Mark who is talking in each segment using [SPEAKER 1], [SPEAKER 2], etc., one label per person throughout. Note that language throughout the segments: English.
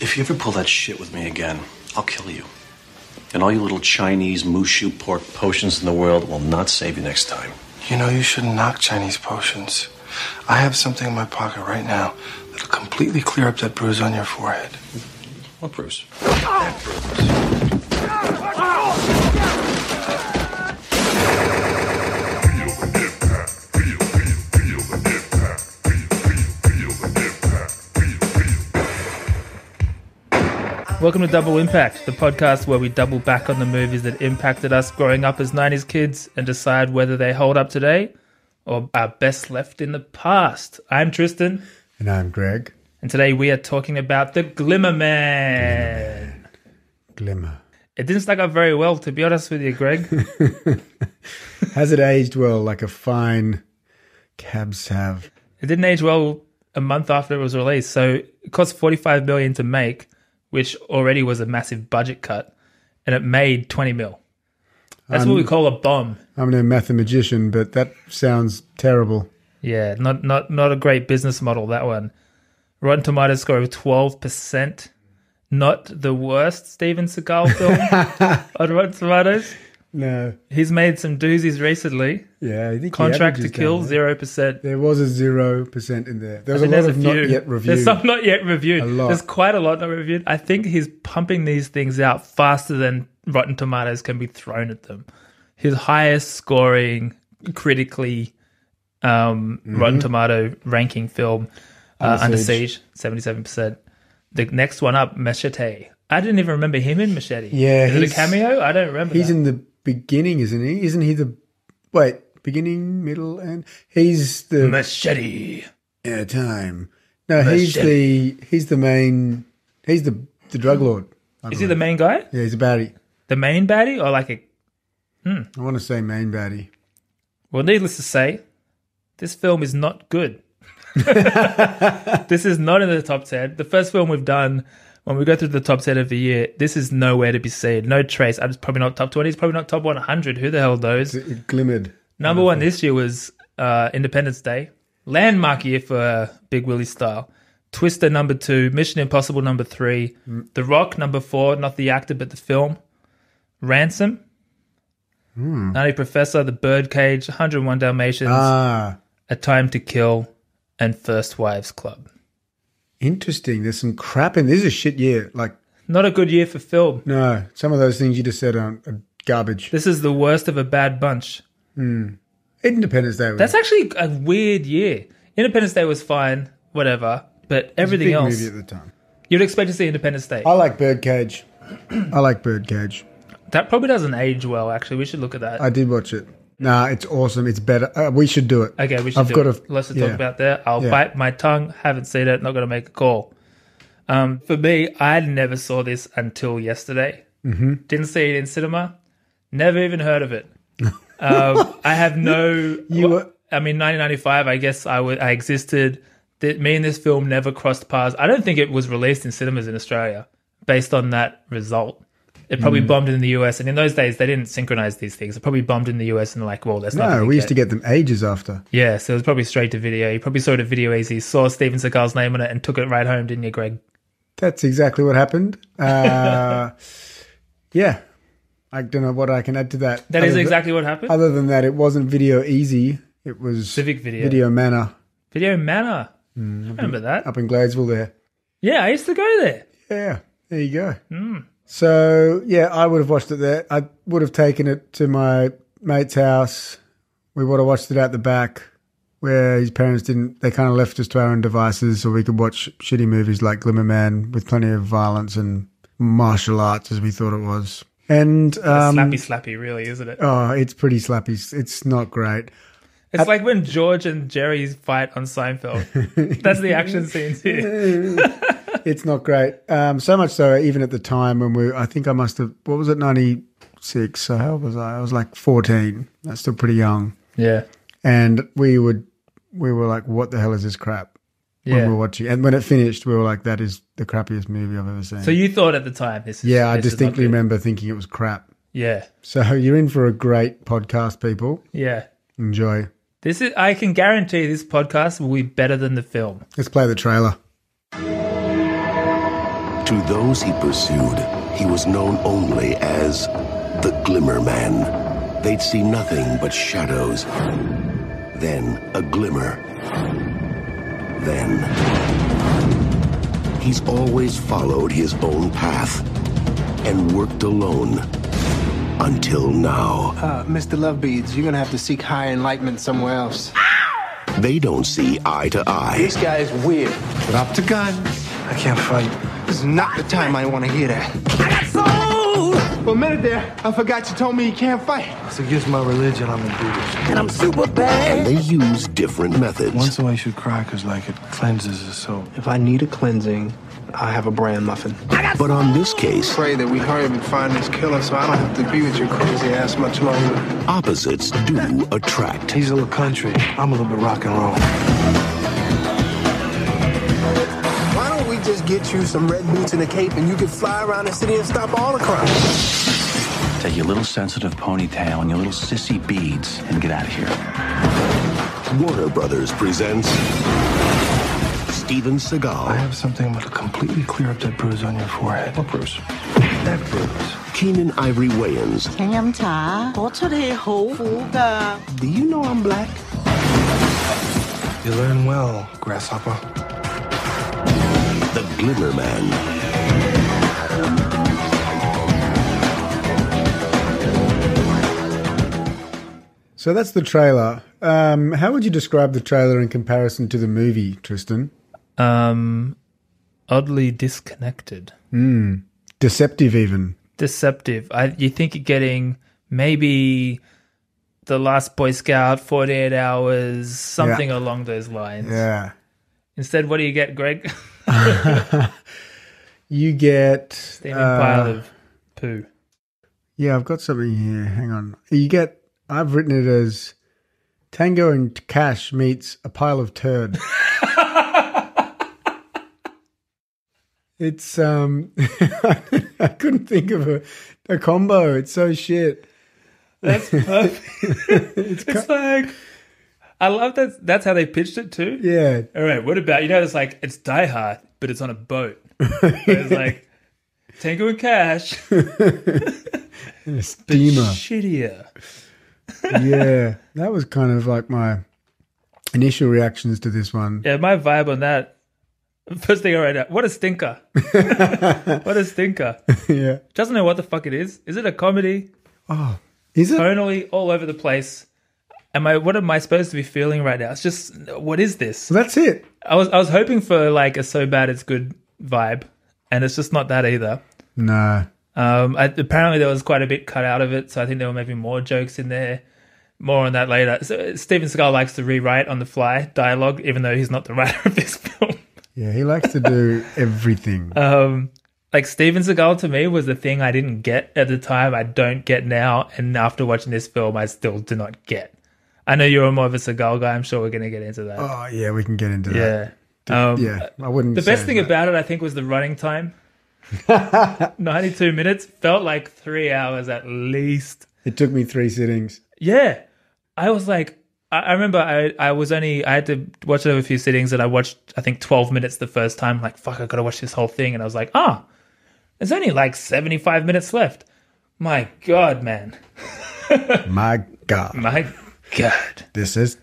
[SPEAKER 1] If you ever pull that shit with me again, I'll kill you. And all your little Chinese mushu pork potions in the world will not save you next time.
[SPEAKER 2] You know, you shouldn't knock Chinese potions. I have something in my pocket right now that'll completely clear up that bruise on your forehead.
[SPEAKER 1] What bruise?
[SPEAKER 3] Welcome to Double Impact, the podcast where we double back on the movies that impacted us growing up as 90s kids and decide whether they hold up today or are best left in the past. I'm Tristan,
[SPEAKER 4] And I'm Greg
[SPEAKER 3] and today we are talking about The Glimmer Man.
[SPEAKER 4] Glimmer.
[SPEAKER 3] It didn't stack up very well, to be honest with you, Greg.
[SPEAKER 4] Has it aged well like a fine cabs have?
[SPEAKER 3] It didn't age well a month after it was released, so it cost 45 million to make, which already was a massive budget cut, and it made 20 mil. That's what we call a bomb.
[SPEAKER 4] I'm no mathematician, but that sounds terrible.
[SPEAKER 3] Yeah, not not not a great business model that one. Rotten Tomatoes score of twelve percent. Not the worst Steven Seagal film on Rotten Tomatoes.
[SPEAKER 4] No.
[SPEAKER 3] He's made some doozies recently.
[SPEAKER 4] Yeah, I think he
[SPEAKER 3] Contract to
[SPEAKER 4] averages
[SPEAKER 3] Kill
[SPEAKER 4] that.
[SPEAKER 3] zero percent.
[SPEAKER 4] There was a zero percent in there. There was a
[SPEAKER 3] mean,
[SPEAKER 4] lot
[SPEAKER 3] there's
[SPEAKER 4] of not yet
[SPEAKER 3] There's
[SPEAKER 4] reviewed.
[SPEAKER 3] some not yet reviewed.
[SPEAKER 4] A lot.
[SPEAKER 3] There's quite a lot not reviewed. I think he's pumping these things out faster than Rotten Tomatoes can be thrown at them. His highest scoring critically um, Rotten Tomato ranking film uh, Under
[SPEAKER 4] Mm-hmm. Under
[SPEAKER 3] Siege, seventy-seven percent. The next one up, Machete. I didn't even remember him in Machete.
[SPEAKER 4] Yeah,
[SPEAKER 3] is it a
[SPEAKER 4] he's-
[SPEAKER 3] cameo? I don't remember.
[SPEAKER 4] He's
[SPEAKER 3] that.
[SPEAKER 4] in the beginning, isn't he? Isn't he the wait, beginning, middle, and he's the
[SPEAKER 3] Machete.
[SPEAKER 4] yeah, time. No, he's the he's the main he's the the drug lord. I
[SPEAKER 3] Is he the
[SPEAKER 4] believe.
[SPEAKER 3] main guy?
[SPEAKER 4] Yeah, he's a baddie.
[SPEAKER 3] The main baddie, or like a
[SPEAKER 4] I want to say main baddie.
[SPEAKER 3] Well, needless to say, this film is not good. this is not in the top 10. The first film we've done, when we go through the top 10 of the year, this is nowhere to be seen. No trace. I'm probably not top 20. It's probably not top 100. Who the hell knows?
[SPEAKER 4] It- It glimmered.
[SPEAKER 3] Number one this year was uh, Independence Day, landmark year for uh, Big Willie style. Twister number two, Mission Impossible number three,
[SPEAKER 4] Mm.
[SPEAKER 3] The Rock number four, not the actor but the film, Ransom, Nutty Professor, The Birdcage, 101 Dalmatians,
[SPEAKER 4] Hmm. Ah,
[SPEAKER 3] A Time to Kill, and First Wives Club.
[SPEAKER 4] interesting. There's some crap in this. Is a shit year. Like
[SPEAKER 3] Not a good year for film.
[SPEAKER 4] no, some of those things you just said aren't are garbage.
[SPEAKER 3] This is the worst of a bad bunch.
[SPEAKER 4] Independence Day. Was
[SPEAKER 3] That's actually a weird year. Independence Day was fine, whatever, but
[SPEAKER 4] a
[SPEAKER 3] everything
[SPEAKER 4] big
[SPEAKER 3] else,
[SPEAKER 4] movie at the time.
[SPEAKER 3] you'd expect to see Independence Day.
[SPEAKER 4] I like Birdcage. I like Birdcage.
[SPEAKER 3] That probably doesn't age well, actually. We should look at that.
[SPEAKER 4] I did watch it. Nah, it's awesome. It's better. Uh, we should do it.
[SPEAKER 3] okay, we should
[SPEAKER 4] I've
[SPEAKER 3] do
[SPEAKER 4] got
[SPEAKER 3] it.
[SPEAKER 4] a-
[SPEAKER 3] Lots to
[SPEAKER 4] yeah.
[SPEAKER 3] talk about there. I'll
[SPEAKER 4] Yeah.
[SPEAKER 3] bite my tongue. Haven't seen it. Not going to make a call. Um, for me, I never saw this until yesterday. Mm-hmm. Didn't see it in cinema. Never even heard of it. um, I have no.
[SPEAKER 4] You were-
[SPEAKER 3] I mean, 1995. I guess I would. I existed. That me and this film never crossed paths. I don't think it was released in cinemas in Australia. Based on that result, it probably
[SPEAKER 4] Mm.
[SPEAKER 3] bombed in the US. And in those days, they didn't synchronize these things. It probably bombed in the US and like, well, that's not.
[SPEAKER 4] No, we used to get them ages after.
[SPEAKER 3] Yeah, so it was probably straight to video. You probably saw it at video easy, saw Steven Seagal's name on it, and took it right home, didn't you, Greg?
[SPEAKER 4] That's exactly what happened. Uh, yeah, I don't know what I can add to that.
[SPEAKER 3] That is
[SPEAKER 4] Other than-
[SPEAKER 3] exactly what happened.
[SPEAKER 4] Other than that, it wasn't video easy. It was
[SPEAKER 3] Civic Video.
[SPEAKER 4] Video Manor
[SPEAKER 3] video Manor.
[SPEAKER 4] Mm,
[SPEAKER 3] Remember that?
[SPEAKER 4] up in Gladesville there.
[SPEAKER 3] Yeah, I used to go there.
[SPEAKER 4] Yeah, there you go. So yeah, I would have watched it there. I would have taken it to my mate's house. We would have watched it out the back, where his parents didn't. They kind of left us to our own devices, so we could watch shitty movies like Glimmer Man with plenty of violence and martial arts, as we thought it was. And um,
[SPEAKER 3] slappy, slappy, really, isn't it?
[SPEAKER 4] oh, it's pretty slappy. It's not great.
[SPEAKER 3] It's like when George and Jerry fight on Seinfeld. That's the action scenes here.
[SPEAKER 4] It's not great. Um, so much so, even at the time when we, I think I must have, what was it, 96? So how old was I? I was like 14. That's still pretty young.
[SPEAKER 3] Yeah.
[SPEAKER 4] And we would, we were like, what the hell is this crap? When we were
[SPEAKER 3] Yeah.
[SPEAKER 4] watching. And when it finished, we were like, that is the crappiest movie I've ever seen.
[SPEAKER 3] So you thought at the time this is
[SPEAKER 4] yeah, I
[SPEAKER 3] this is not
[SPEAKER 4] distinctly
[SPEAKER 3] good.
[SPEAKER 4] remember thinking it was crap.
[SPEAKER 3] Yeah.
[SPEAKER 4] So you're in for a great podcast, people.
[SPEAKER 3] Yeah.
[SPEAKER 4] Enjoy.
[SPEAKER 3] This is I can guarantee this podcast will be better than the film.
[SPEAKER 4] Let's play the trailer.
[SPEAKER 5] To those he pursued, he was known only as the Glimmer Man. They'd see nothing but shadows. Then a glimmer. Then. He's always followed his own path and worked alone until now.
[SPEAKER 6] Uh, Mr. Lovebeads, you're gonna have to seek higher enlightenment somewhere else.
[SPEAKER 5] They don't see eye to eye.
[SPEAKER 6] This guy is weird.
[SPEAKER 2] Drop the gun. I can't fight.
[SPEAKER 6] This is not the time I want to hear that. For a minute there, I forgot you told me you can't fight.
[SPEAKER 2] It's against my religion. I'm a Buddhist.
[SPEAKER 5] And they use different
[SPEAKER 2] Once
[SPEAKER 5] methods.
[SPEAKER 2] in a while, you should cry because, like, it cleanses the soul.
[SPEAKER 6] If I need a cleansing, I have a bran muffin.
[SPEAKER 5] But on this case,
[SPEAKER 6] Pray that we hurry up and find this killer so I don't have to be with your crazy ass much longer.
[SPEAKER 5] opposites do attract.
[SPEAKER 2] He's a little country. I'm a little bit rock and roll.
[SPEAKER 6] Why don't we just get you some red boots and a cape and you can fly around the city and stop all the crime?
[SPEAKER 1] Take your little sensitive ponytail and your little sissy beads and get out of here.
[SPEAKER 5] Warner Brothers presents Steven
[SPEAKER 2] I
[SPEAKER 5] Seagal,
[SPEAKER 2] have something that'll completely clear up that bruise on your forehead. What bruise? That bruise.
[SPEAKER 5] Keenan Ivory Wayans,
[SPEAKER 7] 请飲茶，我出去好苦㗎。
[SPEAKER 6] Do you know I'm black?
[SPEAKER 2] You learn well, grasshopper.
[SPEAKER 5] The Glimmer Man,
[SPEAKER 4] So that's the trailer. Um, how would you describe the trailer in comparison to the movie, Tristan?
[SPEAKER 3] Um, oddly disconnected,
[SPEAKER 4] Deceptive, even.
[SPEAKER 3] deceptive. I, you think you're getting maybe the last Boy Scout, 48 hours, something along those lines.
[SPEAKER 4] Yeah.
[SPEAKER 3] Instead, what do you get, Greg?
[SPEAKER 4] You get.
[SPEAKER 3] Steaming
[SPEAKER 4] uh,
[SPEAKER 3] pile of poo.
[SPEAKER 4] Yeah, I've got something here. Hang on. You get. I've written it as Tango and Cash meets a pile of turd. it's um, I couldn't think of a, a combo. It's so shit.
[SPEAKER 3] That's perfect. it's like I love that. That's how they pitched it too.
[SPEAKER 4] Yeah,
[SPEAKER 3] All right. What about you know? It's like it's Die Hard, but it's on a boat. it's like Tango and Cash,
[SPEAKER 4] steamer.
[SPEAKER 3] shittier.
[SPEAKER 4] yeah, that was kind of like my initial reactions to this one.
[SPEAKER 3] Yeah, my vibe on that. First thing I write out, what a stinker. what a stinker.
[SPEAKER 4] yeah.
[SPEAKER 3] Doesn't know what the fuck it is. Is it a comedy?
[SPEAKER 4] Is it?
[SPEAKER 3] Tonally all over the place. Am I what am I supposed to be feeling right now? It's just what is this?
[SPEAKER 4] So that's it.
[SPEAKER 3] I was I was hoping for like a so bad it's good vibe, and it's just not that either.
[SPEAKER 4] No.
[SPEAKER 3] Um, I, apparently there was quite a bit cut out of it, so I think there were maybe more jokes in there. More on that later. So uh, Steven Seagal likes to rewrite on the fly dialogue, even though he's not the writer of this film.
[SPEAKER 4] Yeah, he likes to do everything.
[SPEAKER 3] Um, like Steven Seagal to me was the thing I didn't get at the time. I don't get now, and after watching this film, I still do not get. I know you're more of a Seagal guy. I'm sure we're going to get into that.
[SPEAKER 4] oh, yeah, we can get into that.
[SPEAKER 3] yeah. Um,
[SPEAKER 4] Yeah, I wouldn't.
[SPEAKER 3] The best
[SPEAKER 4] say
[SPEAKER 3] thing
[SPEAKER 4] that.
[SPEAKER 3] about it, I think, was the running time. 92 minutes felt like three hours at least.
[SPEAKER 4] it took me three sittings.
[SPEAKER 3] Yeah. I was like, I, I remember I, I was only, I had to watch it over a few sittings and I watched, I think, 12 minutes the first time. Like, fuck, I gotta watch this whole thing. And I was like, ah, there's only like 75 minutes left. My God, man.
[SPEAKER 4] My God,
[SPEAKER 3] My God.
[SPEAKER 4] this is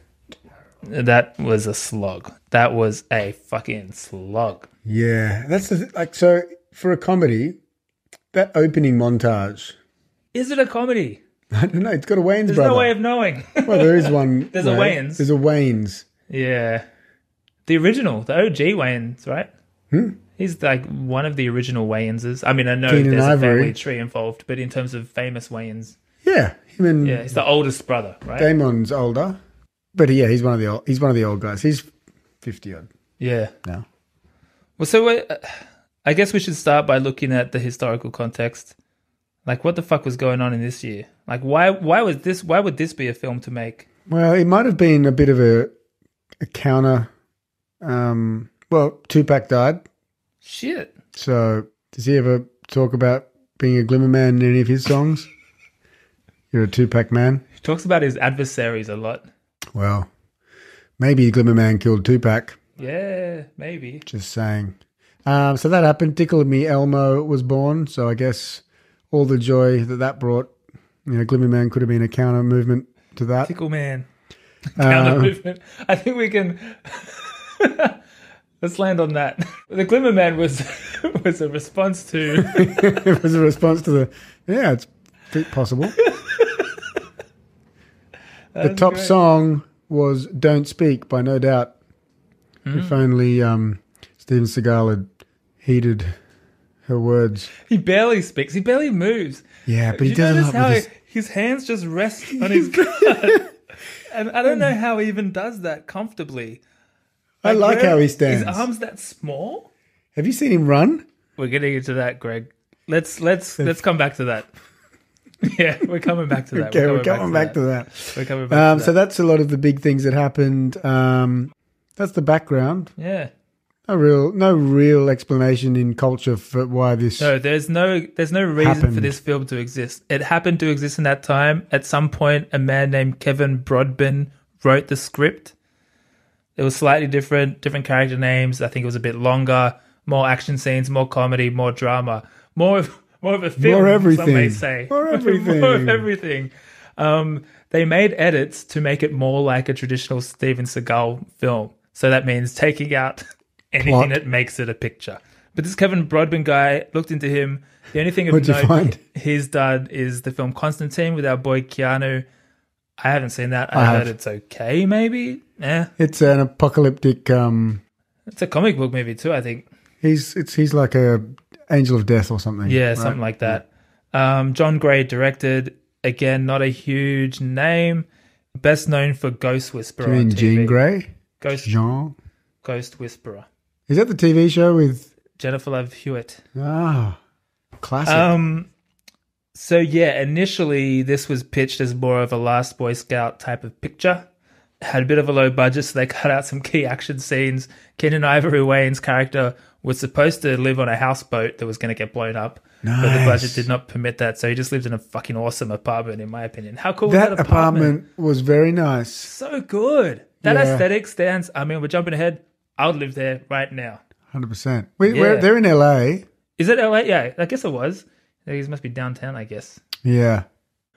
[SPEAKER 3] That was a slog. That was a fucking slog.
[SPEAKER 4] yeah. That's the th- like so for a comedy, that opening montage.
[SPEAKER 3] Is it a comedy?
[SPEAKER 4] I don't know. It's got a Wayne's
[SPEAKER 3] There's
[SPEAKER 4] brother.
[SPEAKER 3] no way of knowing.
[SPEAKER 4] well, there is one.
[SPEAKER 3] There's a
[SPEAKER 4] way.
[SPEAKER 3] Wayans.
[SPEAKER 4] There's a Wayne's.
[SPEAKER 3] Yeah. The original, the OG Wayans, right? Hmm? He's like one of the original Wayanses. I mean, I know
[SPEAKER 4] Keenan
[SPEAKER 3] there's a
[SPEAKER 4] Ivory.
[SPEAKER 3] family tree involved, but in terms of famous Wayans,
[SPEAKER 4] Yeah, him and
[SPEAKER 3] yeah, he's the oldest brother, right?
[SPEAKER 4] Damon's older, but yeah, he's one of the old, he's one of the old guys. He's fifty odd.
[SPEAKER 3] yeah.
[SPEAKER 4] No.
[SPEAKER 3] Well, so we I guess we should start by looking at the historical context. Like, what the fuck was going on in this year? Like, why why was this? Why would this be a film to make?
[SPEAKER 4] Well, it might have been a bit of a, a counter. Um, well, Tupac died,
[SPEAKER 3] Shit.
[SPEAKER 4] so does he ever talk about being a glimmer man in any of his songs? You're a Tupac man.
[SPEAKER 3] He talks about his adversaries a lot.
[SPEAKER 4] Well, maybe glimmer man killed Tupac.
[SPEAKER 3] Yeah, maybe.
[SPEAKER 4] Just saying. Um, so that happened. Tickle Me Elmo was born. So I guess all the joy that that brought, you know, Glimmer Man could have been a counter movement to that.
[SPEAKER 3] Tickle man.
[SPEAKER 4] Uh,
[SPEAKER 3] Counter movement. I think we can. Let's land on that. The Glimmer Man was was a response to
[SPEAKER 4] it was a response to the, yeah, it's p- possible. the top
[SPEAKER 3] great.
[SPEAKER 4] song was Don't Speak by No Doubt.
[SPEAKER 3] Hmm.
[SPEAKER 4] If only um, Steven Seagal had heeded her words.
[SPEAKER 3] he barely speaks, he barely moves.
[SPEAKER 4] Yeah, but
[SPEAKER 3] Do
[SPEAKER 4] he
[SPEAKER 3] you
[SPEAKER 4] does a
[SPEAKER 3] notice
[SPEAKER 4] lot
[SPEAKER 3] how
[SPEAKER 4] with his
[SPEAKER 3] his hands just rest on his gut? and I don't know how he even does that comfortably.
[SPEAKER 4] I like
[SPEAKER 3] where-
[SPEAKER 4] how he stands.
[SPEAKER 3] His arms that small.
[SPEAKER 4] Have you seen him run?
[SPEAKER 3] We're getting into that, Greg. Let's let's let's come back to that. Yeah, we're coming back to that.
[SPEAKER 4] Okay, we're coming back, to that.
[SPEAKER 3] We're coming back
[SPEAKER 4] Um,
[SPEAKER 3] to that.
[SPEAKER 4] so that's a lot of the big things that happened. Um, that's the background.
[SPEAKER 3] yeah.
[SPEAKER 4] No real, no real explanation in culture for why this.
[SPEAKER 3] No, there's no there's no reason for
[SPEAKER 4] Happened.
[SPEAKER 3] this film to exist. It happened to exist in that time. At some point, a man named Kevin Brodbin wrote the script. It was slightly different, different character names. I think it was a bit longer, more action scenes, more comedy, more drama, more of more of a film.
[SPEAKER 4] More
[SPEAKER 3] Some may
[SPEAKER 4] everything.
[SPEAKER 3] say
[SPEAKER 4] More
[SPEAKER 3] more of
[SPEAKER 4] everything.
[SPEAKER 3] everything. Um, they made edits to make it more like a traditional Steven Seagal film. So that means taking out anything
[SPEAKER 4] Plot.
[SPEAKER 3] that makes it a picture. But this Kevin Broadbent guy looked into him. The only thing of
[SPEAKER 4] What'd you
[SPEAKER 3] note
[SPEAKER 4] find?
[SPEAKER 3] he's done is the film Constantine with our boy Keanu. I haven't seen that. I,
[SPEAKER 4] I
[SPEAKER 3] heard
[SPEAKER 4] have.
[SPEAKER 3] it's okay, maybe. Yeah,
[SPEAKER 4] It's an apocalyptic. Um,
[SPEAKER 3] it's a comic book movie too. I think.
[SPEAKER 4] he's it's he's like a angel of death or something.
[SPEAKER 3] Yeah,
[SPEAKER 4] right?
[SPEAKER 3] something like that. Um, John Gray directed. Again, not a huge name. Best known for Ghost Whisperer.
[SPEAKER 4] You mean
[SPEAKER 3] on TV.
[SPEAKER 4] Jean Grey?
[SPEAKER 3] Ghost
[SPEAKER 4] Jean.
[SPEAKER 3] Ghost Whisperer.
[SPEAKER 4] Is that the TV show with
[SPEAKER 3] Jennifer Love Hewitt.
[SPEAKER 4] ah classic?
[SPEAKER 3] Um, so yeah, initially this was pitched as more of a Last Boy Scout type of picture. Had a bit of a low budget, so they cut out some key action scenes. Kenan Ivory Wayne's character was supposed to live on a houseboat that was going to get blown up, but the
[SPEAKER 4] Nice.
[SPEAKER 3] budget did not permit that. So he just lived in a fucking awesome apartment, in my opinion. How cool
[SPEAKER 4] that
[SPEAKER 3] was
[SPEAKER 4] apartment?
[SPEAKER 3] that apartment?
[SPEAKER 4] was very nice.
[SPEAKER 3] So good. That
[SPEAKER 4] Yeah.
[SPEAKER 3] aesthetic stands. I mean, we're jumping ahead. I would live there right now.
[SPEAKER 4] Hundred percent. We we're,
[SPEAKER 3] Yeah.
[SPEAKER 4] they're in LA.
[SPEAKER 3] Is it LA? Yeah, I guess it was. These must be downtown, I guess.
[SPEAKER 4] Yeah.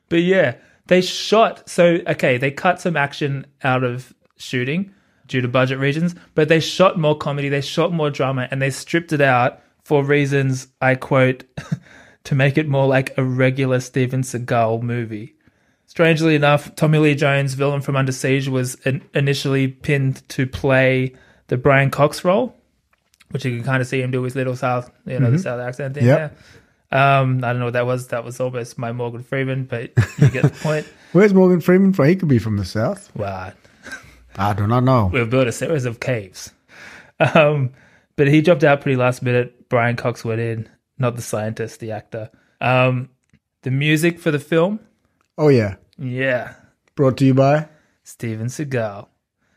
[SPEAKER 3] But yeah, they shot. So okay, they cut some action out of shooting due to budget reasons, but they shot more comedy, they shot more drama, and they stripped it out for reasons I quote to make it more like a regular Steven Seagal movie. Strangely enough, Tommy Lee Jones, villain from Under Siege, was in- initially pinned to play the Brian Cox role, which you can kind of see him do with Little South, you know, the South accent thing.
[SPEAKER 4] Yep.
[SPEAKER 3] there. Um, I don't know what that was. That was almost my Morgan Freeman, but you get the point.
[SPEAKER 4] Where's Morgan Freeman from? He could be from the south.
[SPEAKER 3] Wow.
[SPEAKER 4] I do not know.
[SPEAKER 3] We'll build a series of caves. Um, but he dropped out pretty last minute. Brian Cox went in, not the scientist, the actor. Um, the music for the film,
[SPEAKER 4] Oh yeah.
[SPEAKER 3] yeah,
[SPEAKER 4] Brought to you by
[SPEAKER 3] Steven Seagal.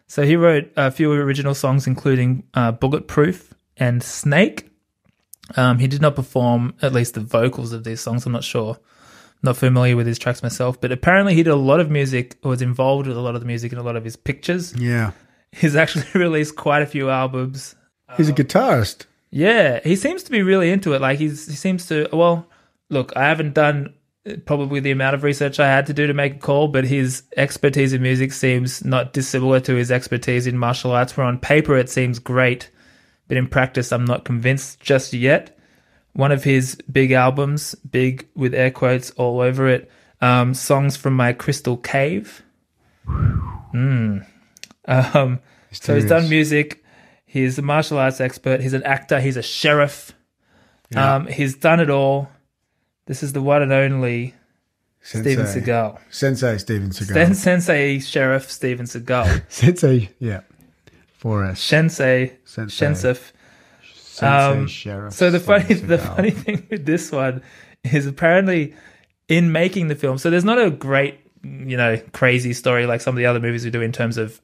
[SPEAKER 3] So he wrote a few original songs, including uh, Bulletproof and Snake. Um, he did not perform at least the vocals of these songs. I'm not sure. Not familiar with his tracks myself, but apparently he did a lot of music, or was involved with a lot of the music in a lot of his pictures.
[SPEAKER 4] Yeah.
[SPEAKER 3] He's actually released quite a few albums.
[SPEAKER 4] He's a
[SPEAKER 3] Uh,
[SPEAKER 4] guitarist.
[SPEAKER 3] Yeah, he seems to be really into it. Like he's he seems to. Well, look, I haven't done uh, probably the amount of research I had to do to make a call, but his expertise in music seems not dissimilar to his expertise in martial arts. Where on paper it seems great, but in practice I'm not convinced just yet. One of his big albums, big with air quotes all over it, um, songs from my crystal cave. Mm. Um, so he's done music. He's a martial arts expert. He's an actor. He's a sheriff. Um, he's done it all. This is the one and only
[SPEAKER 4] Sensei.
[SPEAKER 3] Steven Seagal.
[SPEAKER 4] Sensei Steven Seagal.
[SPEAKER 3] Sen- Sensei Sheriff Steven Seagal.
[SPEAKER 4] Sensei. Yeah. For us.
[SPEAKER 3] Sensei.
[SPEAKER 4] Sensei.
[SPEAKER 3] Shensif.
[SPEAKER 4] Sensei
[SPEAKER 3] Um,
[SPEAKER 4] Sheriff.
[SPEAKER 3] So the funny,
[SPEAKER 4] Steven
[SPEAKER 3] the
[SPEAKER 4] Seagal.
[SPEAKER 3] funny thing with this one is apparently in making the film. So there's not a great, you know, crazy story like some of the other movies we do in terms of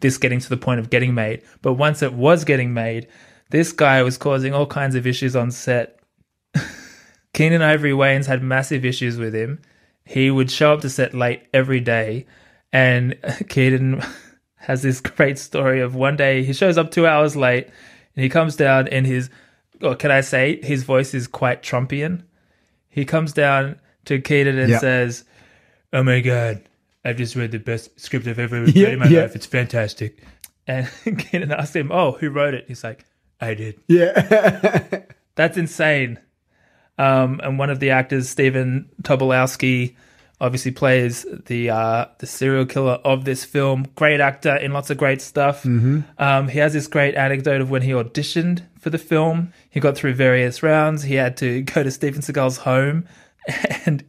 [SPEAKER 3] this getting to the point of getting made. But once it was getting made, this guy was causing all kinds of issues on set. Keenan Ivory Wayans had massive issues with him. He would show up to set late every day, and Keenan has this great story of one day he shows up two hours late And he comes down and his, or can I say, his voice is quite Trumpian. He comes down to Keaton and
[SPEAKER 4] Yeah.
[SPEAKER 3] says, Oh my God, I've just read the best script I've ever read
[SPEAKER 4] Yeah,
[SPEAKER 3] in my
[SPEAKER 4] yeah.
[SPEAKER 3] life. It's fantastic. And Keaton asks him, Oh, who wrote it? He's like, I did.
[SPEAKER 4] Yeah.
[SPEAKER 3] That's insane. Um, and one of the actors, Stephen Tobolowski, obviously plays the uh, the serial killer of this film. Great actor in lots of great stuff. Um, he has this great anecdote of when he auditioned for the film. He got through various rounds. He had to go to Steven Seagal's home, and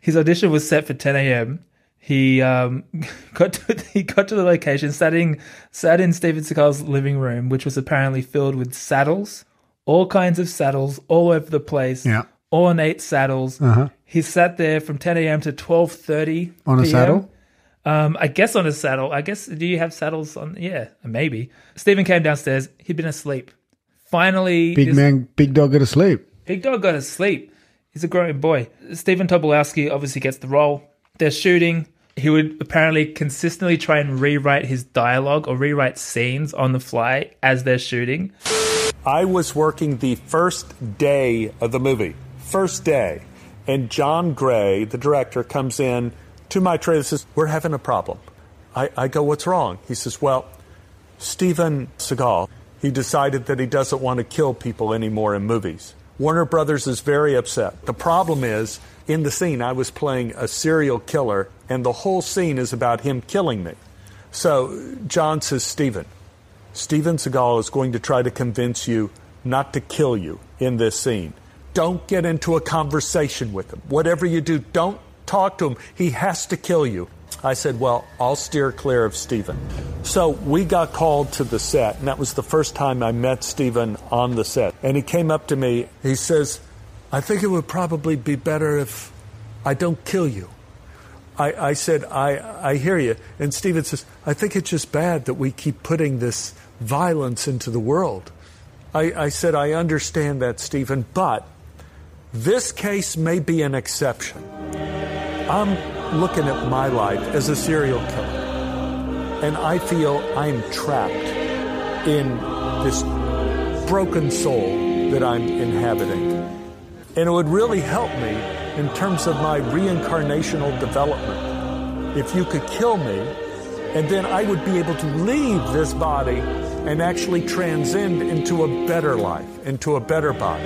[SPEAKER 3] his audition was set for 10 a.m. He um, got to he got to the location, sat in sat in Steven Seagal's living room, which was apparently filled with saddles, all kinds of saddles, all over the place.
[SPEAKER 4] Yeah.
[SPEAKER 3] ornate saddles. Uh-huh. He sat there from 10 a.m. to 12:30
[SPEAKER 4] On a
[SPEAKER 3] PM.
[SPEAKER 4] saddle?
[SPEAKER 3] Um, I guess on a saddle. I guess do you have saddles on? Yeah, maybe. Stephen came downstairs. He'd been asleep. Finally,
[SPEAKER 4] Big
[SPEAKER 3] this-
[SPEAKER 4] man, big dog got to sleep.
[SPEAKER 3] Big Dog got to sleep. He's a growing boy. Stephen Tobolowsky obviously gets the role. They're shooting. He would apparently consistently try and rewrite his dialogue or rewrite scenes on the fly as they're shooting.
[SPEAKER 8] I was working the first day of the movie, first day, and John Gray, the director, comes in to my trailer and says, "We're having a problem." I, I go, "What's wrong?" He says, "Well, Steven Seagal, he decided that he doesn't want to kill people anymore in movies. Warner Brothers is very upset. The problem is, in the scene, I was playing a serial killer, and the whole scene is about him killing me. So John says, Steven, Steven Seagal is going to try to convince you not to kill you in this scene. Don't get into a conversation with him. Whatever you do, don't talk to him. He has to kill you. I said, Well, I'll steer clear of Steven. So we got called to the set, and that was the first time I met Steven on the set. And he came up to me. He says, I think it would probably be better if I don't kill you. I, I said, I, I hear you. And Steven says, I think it's just bad that we keep putting this violence into the world. I, I said, I understand that, Stephen, but this case may be an exception. I'm looking at my life as a serial killer, and I feel I'm trapped in this broken soul that I'm inhabiting. And it would really help me in terms of my reincarnational development if you could kill me, and then I would be able to leave this body and actually transcend into a better life, into a better body.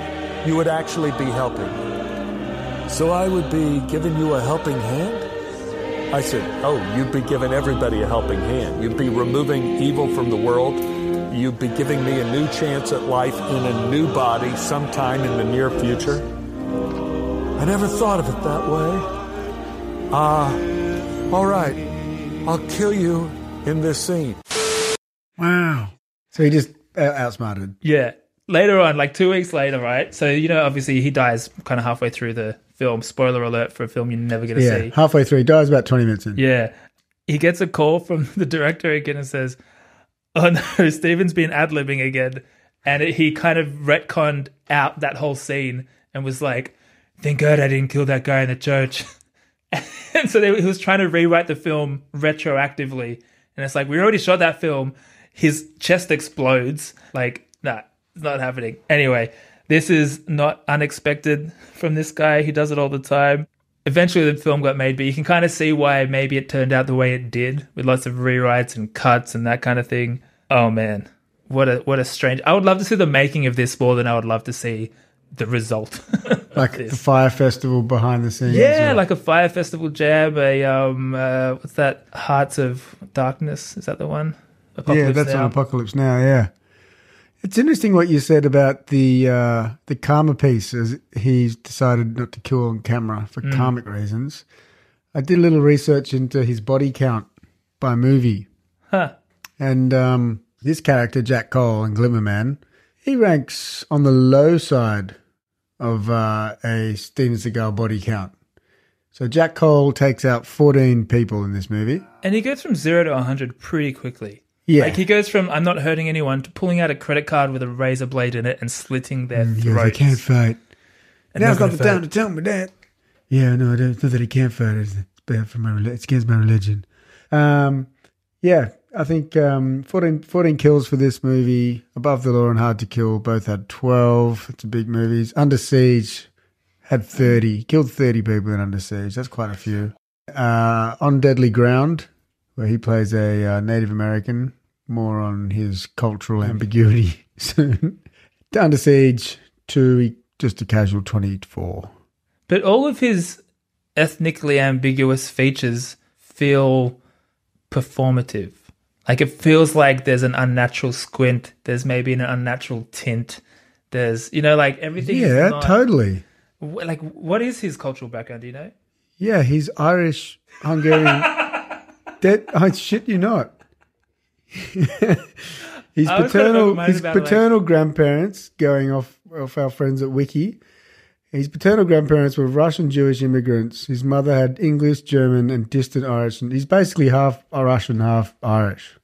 [SPEAKER 8] You would actually be helping. me. So I would be giving you a helping hand? I said, Oh, you'd be giving everybody a helping hand. You'd be removing evil from the world. You'd be giving me a new chance at life in a new body sometime in the near future. I never thought of it that way. Ah, all right. I'll kill you in this scene.
[SPEAKER 4] Wow. So he just uh, outsmarted.
[SPEAKER 3] Yeah. Later on, like two weeks later, right? So, you know, obviously he dies kind of halfway through the film. Spoiler alert for a film you're never going to
[SPEAKER 4] Yeah.
[SPEAKER 3] see.
[SPEAKER 4] Halfway through, he dies about 20 minutes in.
[SPEAKER 3] Yeah. He gets a call from the director again and says, Oh no, Steven's been ad libbing again. And it, he kind of retconned out that whole scene and was like, Thank God I didn't kill that guy in the church. and so they, he was trying to rewrite the film retroactively. And it's like, We already shot that film. His chest explodes. Like, nah, it's not happening. Anyway, this is not unexpected from this guy. He does it all the time eventually the film got made, but you can kind of see why maybe it turned out the way it did with lots of rewrites and cuts and that kind of thing. Oh man, what a what a strange. I would love to see the making of this more than I would love to see the result.
[SPEAKER 4] Like the fire festival behind the scenes.
[SPEAKER 3] yeah,
[SPEAKER 4] or-
[SPEAKER 3] like a fire festival jam, a um, uh, what's that? Hearts of Darkness is that the one? Apocalypse
[SPEAKER 4] yeah, that's
[SPEAKER 3] Now.
[SPEAKER 4] on Apocalypse Now. Yeah, it's interesting what you said about the uh, the karma piece. As he's decided not to kill on camera
[SPEAKER 3] Hmm.
[SPEAKER 4] for karmic reasons. I did a little research into his body count by movie,
[SPEAKER 3] Huh.
[SPEAKER 4] and um, this character Jack Cole in Glimmerman, he ranks on the low side of uh, a Steven Seagal body count. So Jack Cole takes out fourteen people in this movie.
[SPEAKER 3] And he goes from zero to hundred pretty quickly.
[SPEAKER 4] Yeah,
[SPEAKER 3] Like he goes from I'm not hurting anyone to pulling out a credit card with a razor blade in it and slitting their
[SPEAKER 4] Mm, Yeah, they
[SPEAKER 3] throats.
[SPEAKER 4] can't fight.
[SPEAKER 3] And
[SPEAKER 4] Now's
[SPEAKER 3] they're
[SPEAKER 4] not the
[SPEAKER 3] gonna
[SPEAKER 4] time to tell me that. Yeah, no, I don't know that he can't fight. It's bad for my religion. It's against my religion. Um, yeah, I think um, 14, 14 kills for this movie. Above the Law and Hard to Kill both had 12. It's a big movies. Under Siege had 30. Killed 30 people in Under Siege. That's quite a few. Uh, on Deadly Ground, where he plays a uh, Native American. More on his cultural ambiguity soon. To Under Siege, two, he- just a casual 24.
[SPEAKER 3] But all of his ethnically ambiguous features feel performative. Like it feels like there's an unnatural squint, there's maybe an unnatural tint, there's, you know, like everything. is
[SPEAKER 4] Yeah,
[SPEAKER 3] not-
[SPEAKER 4] totally.
[SPEAKER 3] Wh- Like, what is his cultural background? Do you know?
[SPEAKER 4] Yeah, he's Irish, Hungarian. that I shit you not. his
[SPEAKER 3] I was gonna
[SPEAKER 4] paternal
[SPEAKER 3] recommend
[SPEAKER 4] his
[SPEAKER 3] about, like-
[SPEAKER 4] paternal grandparents, going off off our friends at Wiki. His paternal grandparents were Russian Jewish immigrants. His mother had English, German, and distant Irish. And he's basically half Russian, half Irish.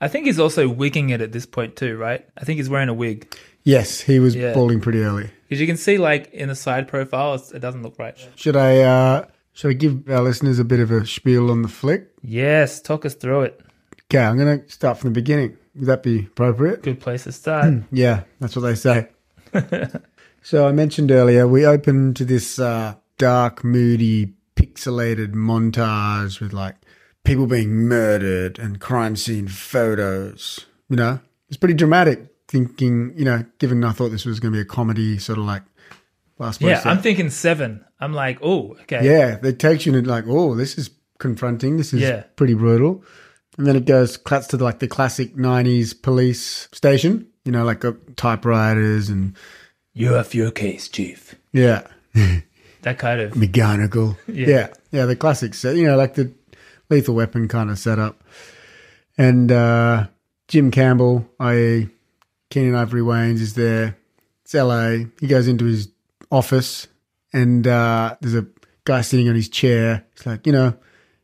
[SPEAKER 3] I think he's also wigging it at this point, too, right? I think he's wearing a wig.
[SPEAKER 4] Yes, he was
[SPEAKER 3] Yeah.
[SPEAKER 4] balding pretty early.
[SPEAKER 3] Because you can see, like, in the side profile, it's, it doesn't look right.
[SPEAKER 4] Should I uh, should I give our listeners a bit of a spiel on the flick?
[SPEAKER 3] Yes, talk us through it.
[SPEAKER 4] Okay, I'm going to start from the beginning. Would that be appropriate?
[SPEAKER 3] Good place to start.
[SPEAKER 4] Yeah, that's what they say. so I mentioned earlier, we open to this uh, dark, moody, pixelated montage with like people being murdered and crime scene photos. You know, it's pretty dramatic. Thinking, you know, given I thought this was going to be a comedy, sort of like last. Man
[SPEAKER 3] yeah,
[SPEAKER 4] Standing.
[SPEAKER 3] I'm thinking seven. I'm like, oh, okay.
[SPEAKER 4] Yeah, they takes you and like, oh, this is confronting. This is
[SPEAKER 3] Yeah.
[SPEAKER 4] pretty brutal. And then it goes cuts to like the classic '90s police station. You know, like uh, typewriters and
[SPEAKER 3] You have your case, chief.
[SPEAKER 4] yeah,
[SPEAKER 3] That kind of
[SPEAKER 4] McGonagall. Yeah. yeah, the classic set. You know, like the Lethal Weapon kind of setup. And uh, Jim Campbell, i.e., Keenan Ivory Waynes, is there. It's LA. He goes into his office, and uh, there's a guy sitting on his chair. It's like, you know,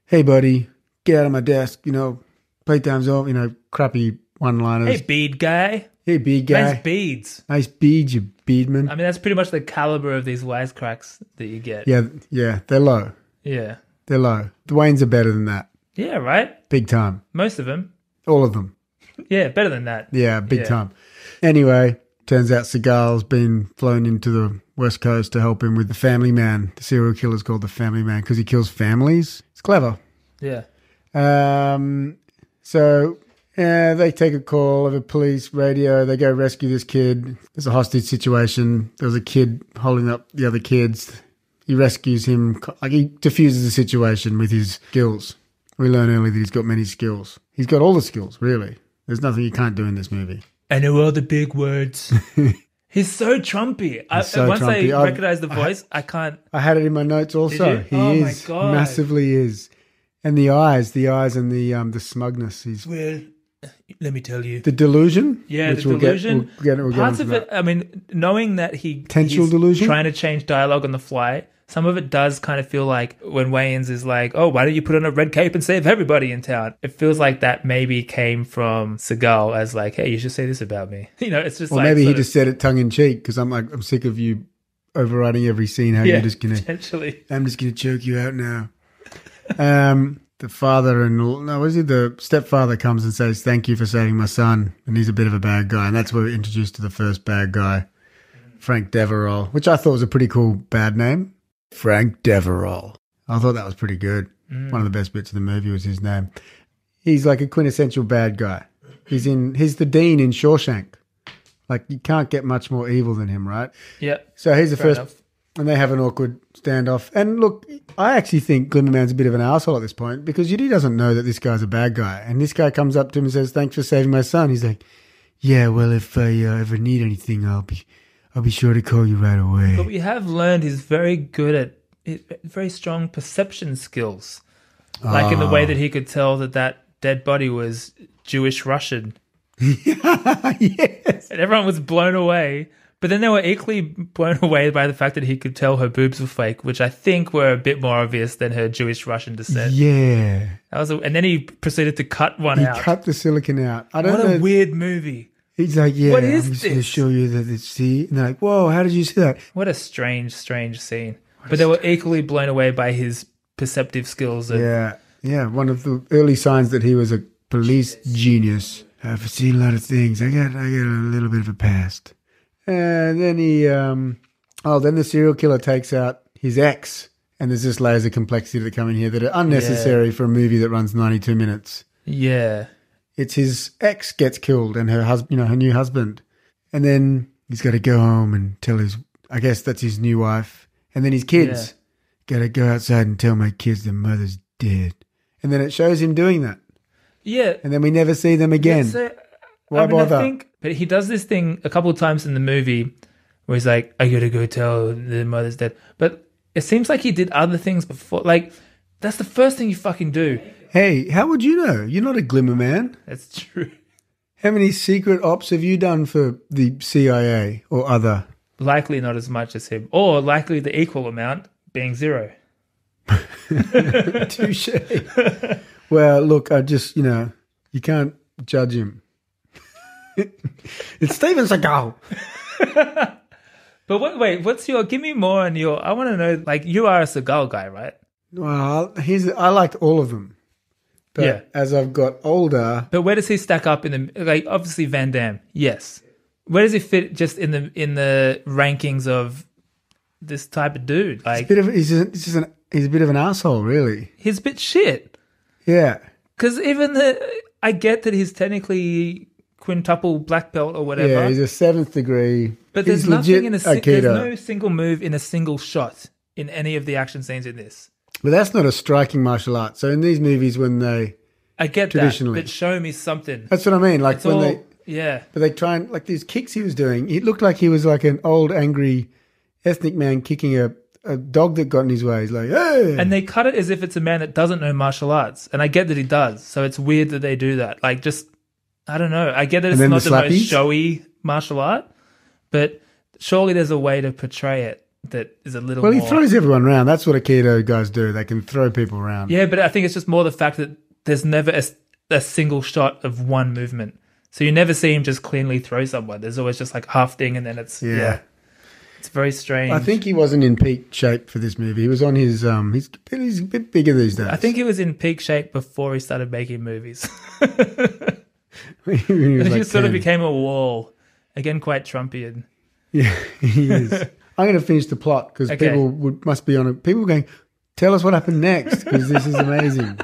[SPEAKER 4] hey buddy, get out of my desk. You know, playtime's over. You know, crappy one-liners.
[SPEAKER 3] Hey,
[SPEAKER 4] Hey,
[SPEAKER 3] bead guy.
[SPEAKER 4] big
[SPEAKER 3] Nice
[SPEAKER 4] guy.
[SPEAKER 3] beads.
[SPEAKER 4] Nice bead, you beadman.
[SPEAKER 3] I mean, that's pretty much the caliber of these wisecracks that you get.
[SPEAKER 4] yeah, yeah, they're low.
[SPEAKER 3] Yeah.
[SPEAKER 4] They're low. The Waynes are better than that.
[SPEAKER 3] Yeah, right?
[SPEAKER 4] Big time.
[SPEAKER 3] Most of them.
[SPEAKER 4] All of them.
[SPEAKER 3] Yeah, better than that.
[SPEAKER 4] Yeah, big
[SPEAKER 3] Yeah.
[SPEAKER 4] time. Anyway, turns out Seagal's been flown into the West Coast to help him with the family man. The serial killer's called the family man because he kills families. It's clever.
[SPEAKER 3] Yeah.
[SPEAKER 4] Um, so yeah, they take a call of a police radio. They go rescue this kid. There's a hostage situation. There was a kid holding up the other kids. He rescues him. Like he diffuses the situation with his skills. We learn early that he's got many skills. He's got all the skills, really. There's nothing you can't do in this movie.
[SPEAKER 3] I know all the big words. He's so Trumpy. I,
[SPEAKER 4] so
[SPEAKER 3] once
[SPEAKER 4] Trumpy.
[SPEAKER 3] I
[SPEAKER 4] I-
[SPEAKER 3] recognize the voice, I, can't.
[SPEAKER 4] I had it in my notes also.
[SPEAKER 3] you?
[SPEAKER 4] He
[SPEAKER 3] Oh my
[SPEAKER 4] is
[SPEAKER 3] God.
[SPEAKER 4] massively is, and the eyes, the eyes, and the um the smugness. He's
[SPEAKER 3] Well, let me tell you.
[SPEAKER 4] the delusion.
[SPEAKER 3] Yeah,
[SPEAKER 4] which
[SPEAKER 3] the
[SPEAKER 4] we'll get-
[SPEAKER 3] delusion.
[SPEAKER 4] we'll get- we'll get
[SPEAKER 3] Parts
[SPEAKER 4] onto
[SPEAKER 3] of it, I mean, knowing that he
[SPEAKER 4] Potential
[SPEAKER 3] he's
[SPEAKER 4] delusion?
[SPEAKER 3] trying to change dialogue on the fly. Some of it does kind of feel like when Wayans is like, "Oh, why don't you put on a red cape and save everybody in town?" It feels like that maybe came from Seagal as like, "Hey, you should say this about me." You know, it's just
[SPEAKER 4] Or
[SPEAKER 3] like
[SPEAKER 4] maybe he
[SPEAKER 3] sort of-
[SPEAKER 4] just said it tongue in cheek because I'm like, I'm sick of you overriding every scene. How
[SPEAKER 3] yeah,
[SPEAKER 4] you're just gonna,
[SPEAKER 3] potentially.
[SPEAKER 4] I'm just gonna choke you out now. um, the father and no, was he the stepfather comes and says, "Thank you for saving my son," and he's a bit of a bad guy, and that's where we're introduced to the first bad guy, Frank Devereaux, which I thought was a pretty cool bad name, Frank Devereaux. I thought that was pretty good. One of the best bits of the movie was his name. He's like a quintessential bad guy. He's in. He's the dean in Shawshank. Like you can't get much more evil than him, right?
[SPEAKER 3] Yeah,
[SPEAKER 4] So he's the
[SPEAKER 3] Fair
[SPEAKER 4] first,
[SPEAKER 3] enough.
[SPEAKER 4] and they have an awkward standoff. And look, I actually think Glimmerman's a bit of an asshole at this point because Yudi doesn't know that this guy's a bad guy, and this guy comes up to him and says, "Thanks for saving my son." He's like, "Yeah, well, if I uh, ever need anything, I'll be, I'll be sure to call you right
[SPEAKER 3] But
[SPEAKER 4] away."
[SPEAKER 3] we have learned he's very good at he's very strong perception skills, like in the
[SPEAKER 4] Ah.
[SPEAKER 3] way that he could tell that that dead body was Jewish Russian,
[SPEAKER 4] yes,
[SPEAKER 3] and everyone was blown away. But then they were equally blown away by the fact that he could tell her boobs were fake, which I think were a bit more obvious than her Jewish Russian descent.
[SPEAKER 4] yeah.
[SPEAKER 3] That was, a, and then he proceeded to cut one
[SPEAKER 4] He
[SPEAKER 3] out.
[SPEAKER 4] cut the silicon out. I don't
[SPEAKER 3] what
[SPEAKER 4] know.
[SPEAKER 3] a weird movie!
[SPEAKER 4] He's like, "Yeah,
[SPEAKER 3] What is
[SPEAKER 4] I'm just going to
[SPEAKER 3] this?"
[SPEAKER 4] show you that it's see." And they're like, "Whoa, how did you see that?"
[SPEAKER 3] What a strange, strange scene. But they were equally blown away by his perceptive skills. Of,
[SPEAKER 4] Yeah, yeah. One of the early signs that he was a police genius. I've seen a lot of things. I got I got a little bit of a past. And then he um oh then the serial killer takes out his ex and there's just layers of complexity that come in here that are unnecessary for a movie that runs 92 minutes.
[SPEAKER 3] Yeah.
[SPEAKER 4] It's his ex gets killed and her husband, you know, her new husband. And then he's got to go home and tell his I guess that's his new wife. And then his kids got to go outside and tell my kids their mother's dead. And then it shows him doing that.
[SPEAKER 3] Yeah.
[SPEAKER 4] And then we never see them again.
[SPEAKER 3] So,
[SPEAKER 4] Why
[SPEAKER 3] I mean,
[SPEAKER 4] bother?
[SPEAKER 3] I think, but he does this thing a couple of times in the movie where he's like, I gotta go tell the mother's dead. But it seems like he did other things before. Like, that's the first thing you fucking do.
[SPEAKER 4] Hey, how would you know? You're not a glimmer man.
[SPEAKER 3] That's true.
[SPEAKER 4] How many secret ops have you done for the CIA or other?
[SPEAKER 3] Likely not as much as him, or likely the equal amount being zero.
[SPEAKER 4] Touche. well, look, I just, you know, you can't judge him. it's Steven Seagal.
[SPEAKER 3] But what, wait, what's your? Give me more on your. I want to know. Like, you are a Seagal guy, right?
[SPEAKER 4] Well, he's, I liked all of them. But
[SPEAKER 3] Yeah.
[SPEAKER 4] as I've got older,
[SPEAKER 3] But where does he stack up in the? Like, obviously Van Damme, yes. Where does he fit just in the in the rankings of this type of dude? Like,
[SPEAKER 4] bit of, he's, just, he's, just an, he's a bit of an asshole, really.
[SPEAKER 3] he's a bit shit.
[SPEAKER 4] Yeah.
[SPEAKER 3] Because even the, I get that he's technically quintuple black belt or whatever.
[SPEAKER 4] Yeah, he's a seventh degree.
[SPEAKER 3] but
[SPEAKER 4] he's
[SPEAKER 3] there's nothing
[SPEAKER 4] legit
[SPEAKER 3] in a si- there's
[SPEAKER 4] Aikido.
[SPEAKER 3] no single move in a single shot in any of the action scenes in this.
[SPEAKER 4] But that's not a striking martial art. So in these movies, when they
[SPEAKER 3] I get that,
[SPEAKER 4] Traditionally.
[SPEAKER 3] but show me something.
[SPEAKER 4] that's what I mean. Like
[SPEAKER 3] It's
[SPEAKER 4] when
[SPEAKER 3] all
[SPEAKER 4] they,
[SPEAKER 3] yeah,
[SPEAKER 4] but they try and like these kicks he was doing. It looked like he was like an old angry ethnic man kicking a, a dog that got in his way. He's like, hey,
[SPEAKER 3] and they cut it as if it's a man that doesn't know martial arts, and I get that he does. So it's weird that they do that. Like, just I don't know. I get that it's
[SPEAKER 4] then
[SPEAKER 3] not
[SPEAKER 4] the
[SPEAKER 3] the, most
[SPEAKER 4] slappies?
[SPEAKER 3] showy martial art, but surely there's a way to portray it that is a little.
[SPEAKER 4] well, he
[SPEAKER 3] more...
[SPEAKER 4] throws everyone around. That's what Aikido guys do. They can throw people around.
[SPEAKER 3] Yeah, but I think it's just more the fact that there's never a, s- a single shot of one movement. So you never see him just cleanly throw someone. There's always just like half thing and then it's yeah. It's very strange.
[SPEAKER 4] I think he wasn't in peak shape for this movie. He was on his um. He's he's a bit bigger these days.
[SPEAKER 3] I think he was in peak shape before he started making movies.
[SPEAKER 4] When he was
[SPEAKER 3] he
[SPEAKER 4] like
[SPEAKER 3] just sort of
[SPEAKER 4] 10.
[SPEAKER 3] became a wall. Again, quite Trumpian.
[SPEAKER 4] He is. I'm going to finish the plot because
[SPEAKER 3] Okay.
[SPEAKER 4] people would, must be on it. People going, tell us what happened next because this is amazing.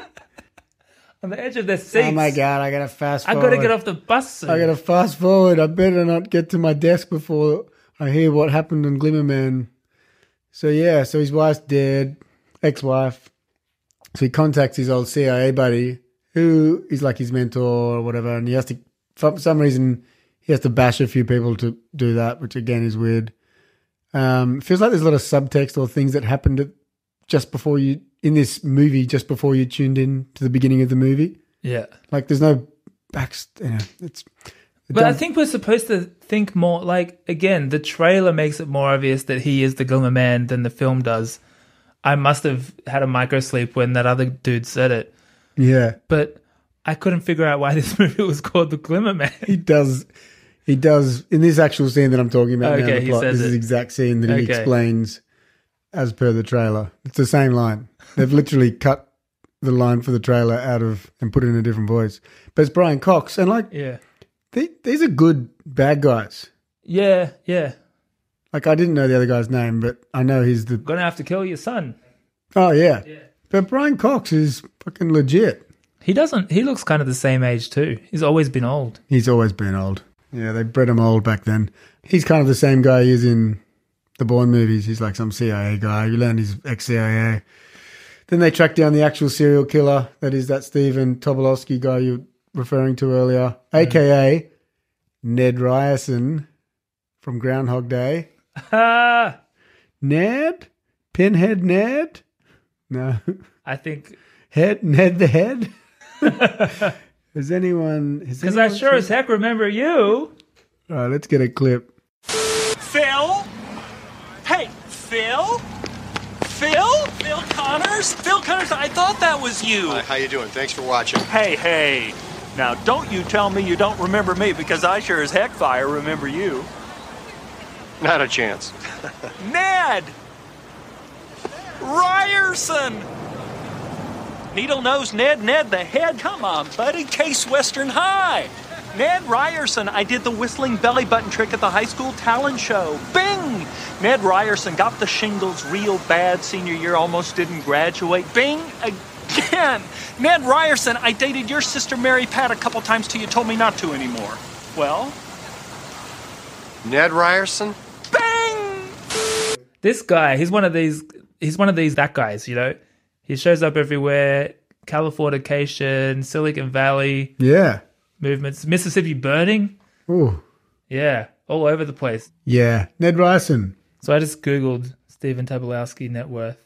[SPEAKER 3] On the edge of their seats.
[SPEAKER 4] Oh my god, I got to fast.
[SPEAKER 3] I
[SPEAKER 4] forward.
[SPEAKER 3] got to get off the bus soon.
[SPEAKER 4] I got to fast forward. I better not get to my desk before I hear what happened on Glimmerman. So yeah, so his wife's dead, ex-wife. So he contacts his old CIA buddy, who is like his mentor or whatever, and he has to, for some reason, he has to bash a few people to do that, which again is weird. Um, feels like there's a lot of subtext or things that happened at, just before you in this movie, just before you tuned in to the beginning of the movie.
[SPEAKER 3] yeah.
[SPEAKER 4] Like there's no back, you know, it's.
[SPEAKER 3] But I think we're supposed to think more like again, the trailer makes it more obvious that he is the Glimmer Man than the film does. I must have had a micro sleep when that other dude said it,
[SPEAKER 4] Yeah,
[SPEAKER 3] but I couldn't figure out why this movie was called The Glimmer Man.
[SPEAKER 4] he does. He does in this actual scene that I'm talking about. now,
[SPEAKER 3] Okay,
[SPEAKER 4] in the
[SPEAKER 3] he
[SPEAKER 4] plot,
[SPEAKER 3] says
[SPEAKER 4] this is
[SPEAKER 3] it.
[SPEAKER 4] the exact scene that he
[SPEAKER 3] Okay.
[SPEAKER 4] explains, as per the trailer. It's the same line. They've literally cut the line for the trailer out of and put it in a different voice. But it's Brian Cox, and like
[SPEAKER 3] Yeah,
[SPEAKER 4] the- these are good bad guys.
[SPEAKER 3] yeah, yeah.
[SPEAKER 4] Like I didn't know the other guy's name, but I know he's the.
[SPEAKER 3] Gonna have to kill your son.
[SPEAKER 4] Oh yeah, but Brian Cox is fucking legit.
[SPEAKER 3] He doesn't. He looks kind of the same age too. He's always been old.
[SPEAKER 4] He's always been old. Yeah, they bred him old back then. He's kind of the same guy he is in the Bourne movies. He's like some CIA guy. You learn he's ex CIA. Then they track down the actual serial killer. That is that Stephen Tobolowsky guy you were referring to earlier, aka Ned Ryerson from Groundhog Day.
[SPEAKER 3] Ah,
[SPEAKER 4] Ned? Pinhead Ned? No.
[SPEAKER 3] I think
[SPEAKER 4] Head Ned the Head? has anyone.
[SPEAKER 3] because I sure as heck remember you.
[SPEAKER 4] All right, let's get a clip.
[SPEAKER 9] Phil? Hey, Phil? Phil? Phil Connors? Phil Connors, I thought that was you.
[SPEAKER 10] How you doing? Thanks for watching.
[SPEAKER 9] Hey, hey. Now, don't you tell me you don't remember me because I sure as heck fire remember you.
[SPEAKER 10] Not a chance.
[SPEAKER 9] Ned! Ryerson! Needle Nose Ned, Ned the Head. Come on, buddy. Case Western High. Ned Ryerson. I did the whistling belly button trick at the high school talent show. Bing! Ned Ryerson got the shingles real bad senior year, almost didn't graduate. Bing again. Ned Ryerson, I dated your sister Mary Pat a couple times till you told me not to anymore. Well,
[SPEAKER 10] Ned Ryerson?
[SPEAKER 3] This guy, he's one of these. He's one of these that guys. You know, he shows up everywhere. Californication, Silicon Valley
[SPEAKER 4] Yeah.
[SPEAKER 3] movements, Mississippi burning.
[SPEAKER 4] Ooh.
[SPEAKER 3] Yeah, all over the place.
[SPEAKER 4] Yeah. Ned Ryerson,
[SPEAKER 3] So I just googled Stephen Tobolowsky net worth.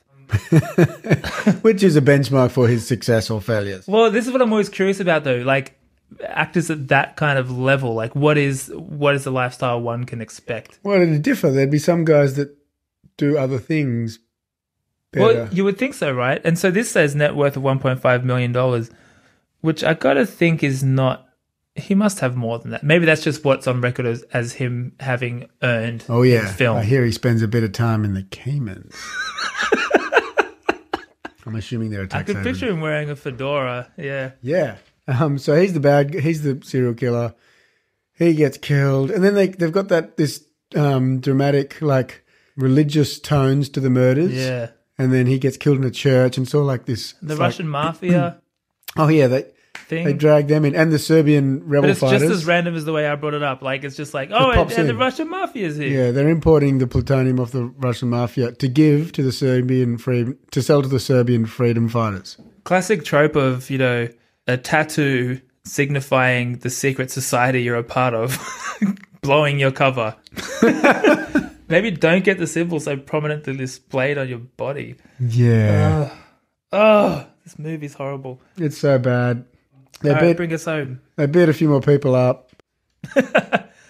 [SPEAKER 4] which is a benchmark for his success or failures.
[SPEAKER 3] Well, this is what I'm always curious about, though. Like actors at that kind of level, like what is what is the lifestyle one can expect?
[SPEAKER 4] Well, it'd differ. There'd be some guys that do other things better.
[SPEAKER 3] Well, you would think so, right? And so this says net worth of 1.5 million dollars, which I gotta think is not. He must have more than that. Maybe that's just what's on record as, as him having earned.
[SPEAKER 4] oh,
[SPEAKER 3] in
[SPEAKER 4] yeah.
[SPEAKER 3] film.
[SPEAKER 4] I hear he spends a bit of time in the Caymans. I'm assuming they're a
[SPEAKER 3] I
[SPEAKER 4] tax
[SPEAKER 3] could
[SPEAKER 4] haven.
[SPEAKER 3] picture him wearing a fedora. Yeah.
[SPEAKER 4] Yeah. Um, so he's the bad. He's the serial killer. He gets killed, and then they they've got that this um, dramatic like religious tones to the murders.
[SPEAKER 3] Yeah.
[SPEAKER 4] And then he gets killed in a church, and so like this.
[SPEAKER 3] The
[SPEAKER 4] it's like-
[SPEAKER 3] Russian mafia
[SPEAKER 4] oh yeah, they
[SPEAKER 3] thing.
[SPEAKER 4] they drag them in, and the Serbian rebel
[SPEAKER 3] but it's
[SPEAKER 4] fighters.
[SPEAKER 3] just as random as the way I brought it up. Like it's just like, oh, and,
[SPEAKER 4] pops
[SPEAKER 3] and the
[SPEAKER 4] in.
[SPEAKER 3] Russian mafia's here.
[SPEAKER 4] yeah, they're importing the plutonium off the Russian mafia to give to the Serbian free to sell to the Serbian freedom fighters.
[SPEAKER 3] classic trope of you know a tattoo signifying the secret society you're a part of blowing your cover maybe don't get the symbol so prominently displayed on your body
[SPEAKER 4] Yeah,
[SPEAKER 3] oh this movie's horrible
[SPEAKER 4] Uh, it's so bad. They
[SPEAKER 3] all right,
[SPEAKER 4] beat
[SPEAKER 3] bring us home
[SPEAKER 4] they beat a few more people up.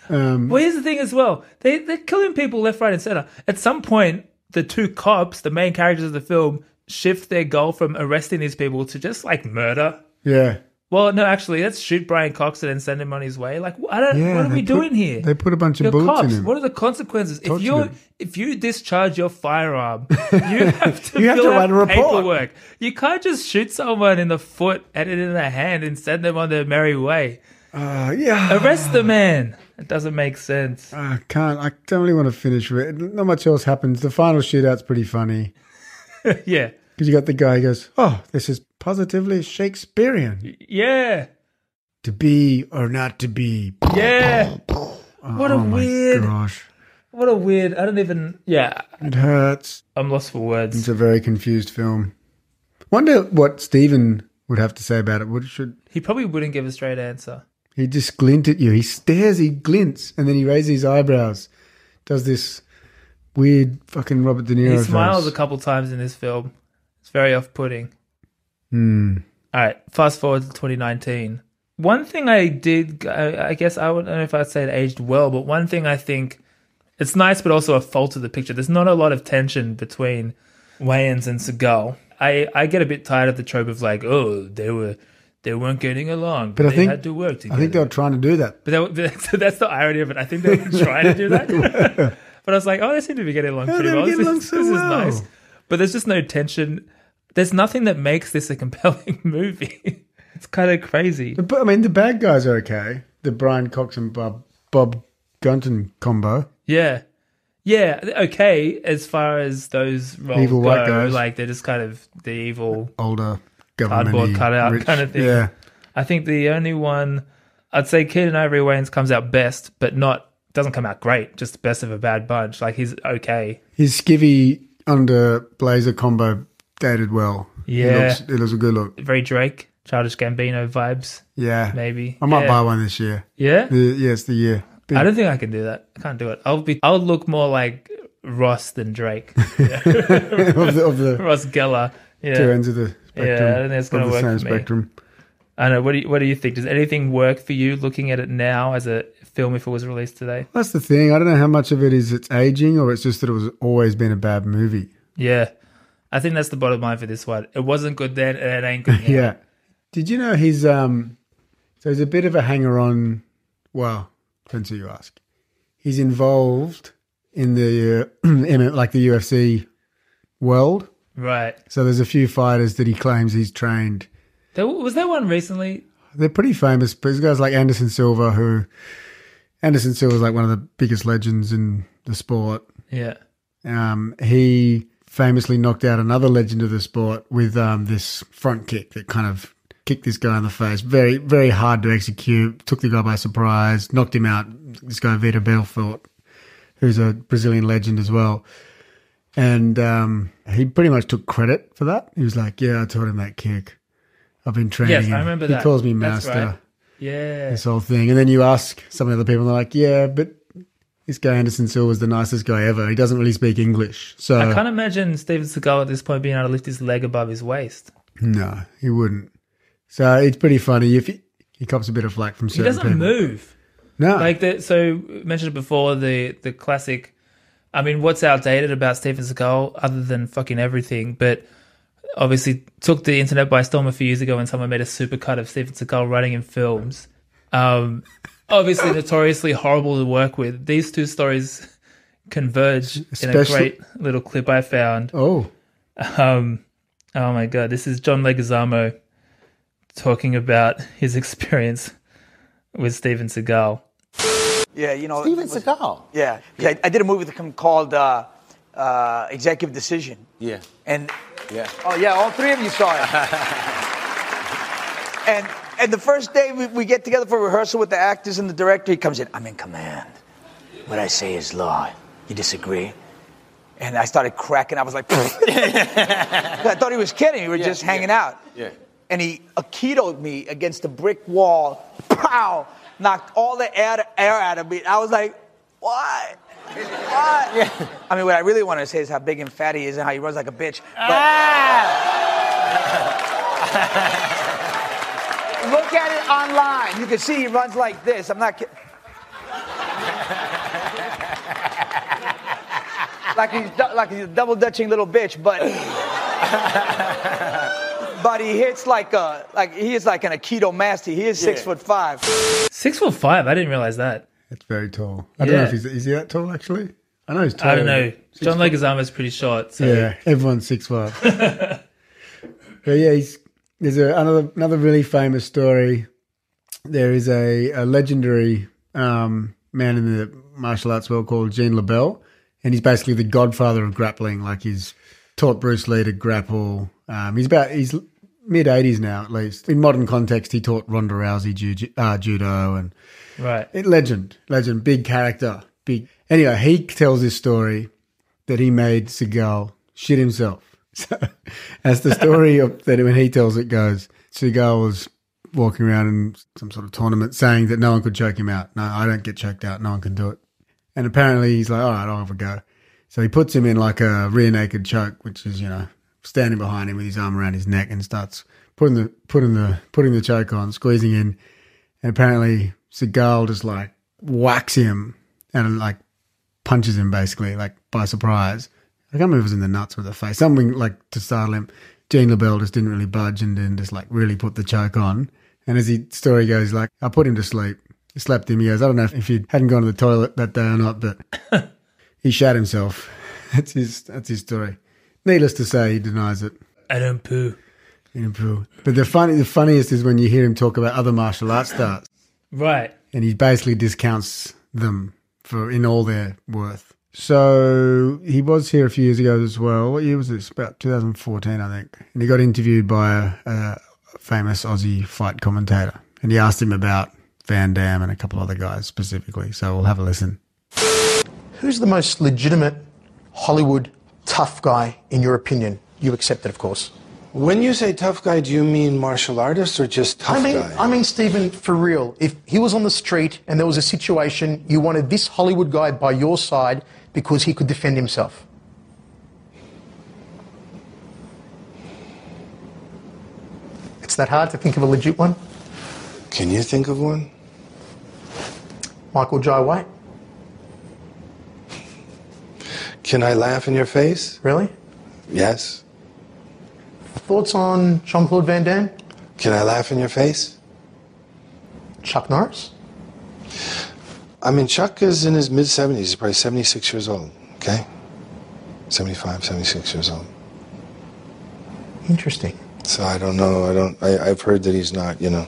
[SPEAKER 4] um,
[SPEAKER 3] well here's the thing as well they, they're killing people left right and center at some point the two cops the main characters of the film shift their goal from arresting these people to just like murder
[SPEAKER 4] yeah.
[SPEAKER 3] well no actually let's shoot brian cox and then send him on his way like i don't what are
[SPEAKER 4] they
[SPEAKER 3] we
[SPEAKER 4] put-
[SPEAKER 3] doing here
[SPEAKER 4] They put a bunch
[SPEAKER 3] Your
[SPEAKER 4] of bullets
[SPEAKER 3] cops,
[SPEAKER 4] in him.
[SPEAKER 3] what are the consequences? If
[SPEAKER 4] Torture
[SPEAKER 3] you
[SPEAKER 4] them.
[SPEAKER 3] if you discharge your firearm, you have to
[SPEAKER 4] You have
[SPEAKER 3] fill
[SPEAKER 4] to
[SPEAKER 3] out
[SPEAKER 4] write a report.
[SPEAKER 3] paperwork. You can't just shoot someone in the foot and in the hand and send them on their merry way.
[SPEAKER 4] Uh, yeah,
[SPEAKER 3] Arrest the man. It doesn't make sense.
[SPEAKER 4] I can't. I don't really want to finish with it. Not much else happens. The final shootout's pretty funny
[SPEAKER 3] yeah,
[SPEAKER 4] because you got the guy who goes, "Oh, this is positively Shakespearean.
[SPEAKER 3] yeah,
[SPEAKER 4] To be or not to be."
[SPEAKER 3] yeah. What a
[SPEAKER 4] oh my
[SPEAKER 3] weird.
[SPEAKER 4] gosh,
[SPEAKER 3] What a weird. I don't even. Yeah,
[SPEAKER 4] it hurts.
[SPEAKER 3] I'm lost for words.
[SPEAKER 4] It's a very confused film. Wonder what Stephen would have to say about it. Would should
[SPEAKER 3] He probably wouldn't give a straight answer.
[SPEAKER 4] he just glint at you? He stares. He glints, and then he raises his eyebrows. Does this weird fucking Robert De Niro?
[SPEAKER 3] He smiles
[SPEAKER 4] face.
[SPEAKER 3] a couple times in this film. It's very off putting.
[SPEAKER 4] Hmm.
[SPEAKER 3] All right, fast forward to 2019. One thing I did, I, I guess I would- I don't know if I'd say it aged well, but one thing I think it's nice, but also a fault of the picture. There's not a lot of tension between Wayans and Seagal. I, I get a bit tired of the trope of like, oh, they were they weren't getting along, but,
[SPEAKER 4] But I
[SPEAKER 3] they
[SPEAKER 4] think-
[SPEAKER 3] had to work
[SPEAKER 4] I
[SPEAKER 3] together.
[SPEAKER 4] think they were trying to do that.
[SPEAKER 3] But that, but so that's the irony of it. I think they were trying to do that. but I was like, oh, they seem to be getting along pretty
[SPEAKER 4] they were
[SPEAKER 3] well.
[SPEAKER 4] getting
[SPEAKER 3] This,
[SPEAKER 4] along
[SPEAKER 3] is-
[SPEAKER 4] so
[SPEAKER 3] this
[SPEAKER 4] well.
[SPEAKER 3] is nice. But there's just no tension. There's nothing that makes this a compelling movie. it's kind of crazy.
[SPEAKER 4] But I mean, the bad guys are okay. The Brian Cox and Bob Bob Gunton combo.
[SPEAKER 3] Yeah. Yeah, okay, as far as those roles
[SPEAKER 4] Evil
[SPEAKER 3] go,
[SPEAKER 4] white guys.
[SPEAKER 3] like they're just kind of the evil.
[SPEAKER 4] Older government
[SPEAKER 3] Cardboard cutout kind of thing.
[SPEAKER 4] Yeah,
[SPEAKER 3] I think the only one I'd say Keaton Ivory Wayans comes out best, but not doesn't come out great, just the best of a bad bunch. Like he's okay.
[SPEAKER 4] his skivvy under blazer combo dated well.
[SPEAKER 3] Yeah.
[SPEAKER 4] it looks, it looks a good look.
[SPEAKER 3] Very Drake, childish Gambino vibes.
[SPEAKER 4] Yeah,
[SPEAKER 3] Maybe.
[SPEAKER 4] I might
[SPEAKER 3] Yeah.
[SPEAKER 4] buy one this year.
[SPEAKER 3] Yeah?
[SPEAKER 4] The, yeah, it's the year. Big-
[SPEAKER 3] I don't think I can do that. I can't do it. I'll be. I'll look more like Ross than Drake.
[SPEAKER 4] of the, of the
[SPEAKER 3] Ross Geller.
[SPEAKER 4] two
[SPEAKER 3] Yeah.
[SPEAKER 4] ends of the spectrum.
[SPEAKER 3] I don't think it's gonna
[SPEAKER 4] of the
[SPEAKER 3] work
[SPEAKER 4] same
[SPEAKER 3] for me.
[SPEAKER 4] spectrum.
[SPEAKER 3] I know. What do you What do you think? Does anything work for you looking at it now as a film if it was released today?
[SPEAKER 4] That's the thing. I don't know how much of it is it's aging or it's just that it was always been a bad movie.
[SPEAKER 3] Yeah. I think that's the bottom line for this one. It wasn't good then, and it ain't good now.
[SPEAKER 4] Yeah. Did you know he's um so he's a bit of a hanger on well, depends who you ask. He's involved in the uh, in, like the UFC world.
[SPEAKER 3] Right.
[SPEAKER 4] So there's a few fighters that he claims he's trained.
[SPEAKER 3] There, was there one recently?
[SPEAKER 4] They're pretty famous. But there's guys like Anderson Silva, who Anderson Silva is like one of the biggest legends in the sport.
[SPEAKER 3] Yeah.
[SPEAKER 4] Um, he famously knocked out another legend of the sport with um, this front kick that kind of kicked this guy in the face. Very, very hard to execute. Took the guy by surprise. Knocked him out. This guy Vita Belfort, who's a Brazilian legend as well. And um, he pretty much took credit for that. He was like, "Yeah, I taught him that kick. I've been training
[SPEAKER 3] Yes,
[SPEAKER 4] him.
[SPEAKER 3] I remember
[SPEAKER 4] he
[SPEAKER 3] that.
[SPEAKER 4] calls me
[SPEAKER 3] That's
[SPEAKER 4] master.
[SPEAKER 3] right. Yeah.
[SPEAKER 4] This whole thing." And then you ask some of the other people, and they're like, "Yeah, but this guy Anderson Silva's the nicest guy ever. He doesn't really speak English, so
[SPEAKER 3] I can't imagine Steven Seagal at this point being able to lift his leg above his waist.
[SPEAKER 4] no, he wouldn't." So it's pretty funny if he, he cops a bit of flack from
[SPEAKER 3] He
[SPEAKER 4] certain
[SPEAKER 3] doesn't
[SPEAKER 4] people.
[SPEAKER 3] move.
[SPEAKER 4] No,
[SPEAKER 3] Like the, so mentioned it before the the classic. I mean, what's outdated about Steven Seagal other than fucking everything? But obviously, took the internet by storm a few years ago when someone made a supercut of Steven Seagal running in films. Um, obviously, notoriously horrible to work with. These two stories converge in a
[SPEAKER 4] Especially-
[SPEAKER 3] great little clip I found.
[SPEAKER 4] oh,
[SPEAKER 3] Um, oh my god, this is John Leguizamo talking about his experience with Steven Seagal.
[SPEAKER 11] Yeah, you know.
[SPEAKER 12] Steven
[SPEAKER 11] was-
[SPEAKER 12] Seagal.
[SPEAKER 11] Yeah, 'cause I, I did a movie with him called uh, uh, Executive Decision,
[SPEAKER 12] Yeah.
[SPEAKER 11] and
[SPEAKER 12] Yeah.
[SPEAKER 11] oh yeah, all three of you saw it. and and the first day we, we get together for rehearsal with the actors and the director, he comes in. I'm in command. What I say is law. You disagree? And I started cracking. I was like, I thought he was kidding. We were just hanging out.
[SPEAKER 12] Yeah.
[SPEAKER 11] and he akitoed me against a brick wall. Pow! Knocked all the air, air out of me. I was like, why? Why? I mean, what I really want to say is how big and fat he is and how he runs like a bitch. But Look at it online. You can see he runs like this. I'm not kidding. like he's du- like he's a double dutching little bitch, but but he hits like a like he is like an Aikido master. He is six
[SPEAKER 3] Yeah.
[SPEAKER 11] foot five.
[SPEAKER 3] Six foot five. I didn't realize that.
[SPEAKER 4] That's very tall. I don't know
[SPEAKER 3] Yeah.
[SPEAKER 4] if he's is he that tall actually. I know he's tall.
[SPEAKER 3] I don't know.
[SPEAKER 4] Six
[SPEAKER 3] John
[SPEAKER 4] foot-
[SPEAKER 3] Leguizamo's pretty short. So
[SPEAKER 4] Yeah, everyone's six five. but yeah, he's, there's a, another another really famous story. There is a, a legendary um, man in the martial arts world called Jean LaBelle, and he's basically the godfather of grappling. Like he's taught Bruce Lee to grapple. Um, he's about he's mid 80s now at least. In modern context, he taught Ronda Rousey ju- uh, judo and
[SPEAKER 3] Right.
[SPEAKER 4] it, legend, legend, big character, big. Anyway, he tells this story that he made Seagal shit himself. So, as the story of that when he tells it goes, Seagal was walking around in some sort of tournament saying that no one could choke him out. No, I don't get choked out. No one can do it. And apparently he's like, all right, I'll have a go. So he puts him in like a rear naked choke, which is you know standing behind him with his arm around his neck and starts putting the putting the putting the choke on, squeezing in, and apparently Seagal just like whacks him and like punches him basically like by surprise. I can't remember if it was in the nuts or the face, something like to startle him. Gene LaBelle just didn't really budge and then just like really put the choke on. And as the story goes, like I put him to sleep, slapped him. He goes, I don't know if he hadn't gone to the toilet that day or not, but he shat himself. That's his. That's his story. Needless to say, he denies it.
[SPEAKER 3] I don't poo.
[SPEAKER 4] He didn't prove it. But the funny, the funniest is when you hear him talk about other martial arts stars,
[SPEAKER 3] Right.
[SPEAKER 4] and he basically discounts them for in all their worth. So he was here a few years ago as well. What year was this? About 2014, I think. And he got interviewed by a, a famous Aussie fight commentator, and he asked him about Van Damme and a couple other guys specifically. So we'll have a listen.
[SPEAKER 13] Who's the most legitimate Hollywood tough guy, in your opinion? You accept it, of course.
[SPEAKER 2] When you say tough guy, do you mean martial artist or just tough
[SPEAKER 13] I mean,
[SPEAKER 2] guy?
[SPEAKER 13] I mean, Stephen, for real. If he was on the street and there was a situation, you wanted this Hollywood guy by your side because he could defend himself. It's that hard to think of a legit one.
[SPEAKER 2] Can you think of one?
[SPEAKER 13] Michael Jai White.
[SPEAKER 2] Can I laugh in your face?
[SPEAKER 13] Really?
[SPEAKER 2] Yes.
[SPEAKER 13] Thoughts on Jean Claude Van Damme?
[SPEAKER 2] Can I laugh in your face?
[SPEAKER 13] Chuck Norris?
[SPEAKER 2] I mean, Chuck is in his mid 70s. He's probably 76 years old, okay? 75, 76 years old.
[SPEAKER 13] Interesting.
[SPEAKER 2] So I don't know. I don't. I, I've heard that he's not. You know.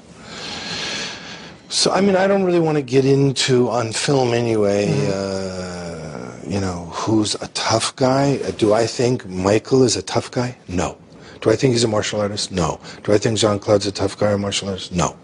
[SPEAKER 2] So I mean, I don't really want to get into on film anyway. Uh, you know, who's a tough guy? Uh, Do I think Michael is a tough guy? No. Do I think he's a martial artist? No. Do I think Jean Claude's a tough guy or martial artist? No.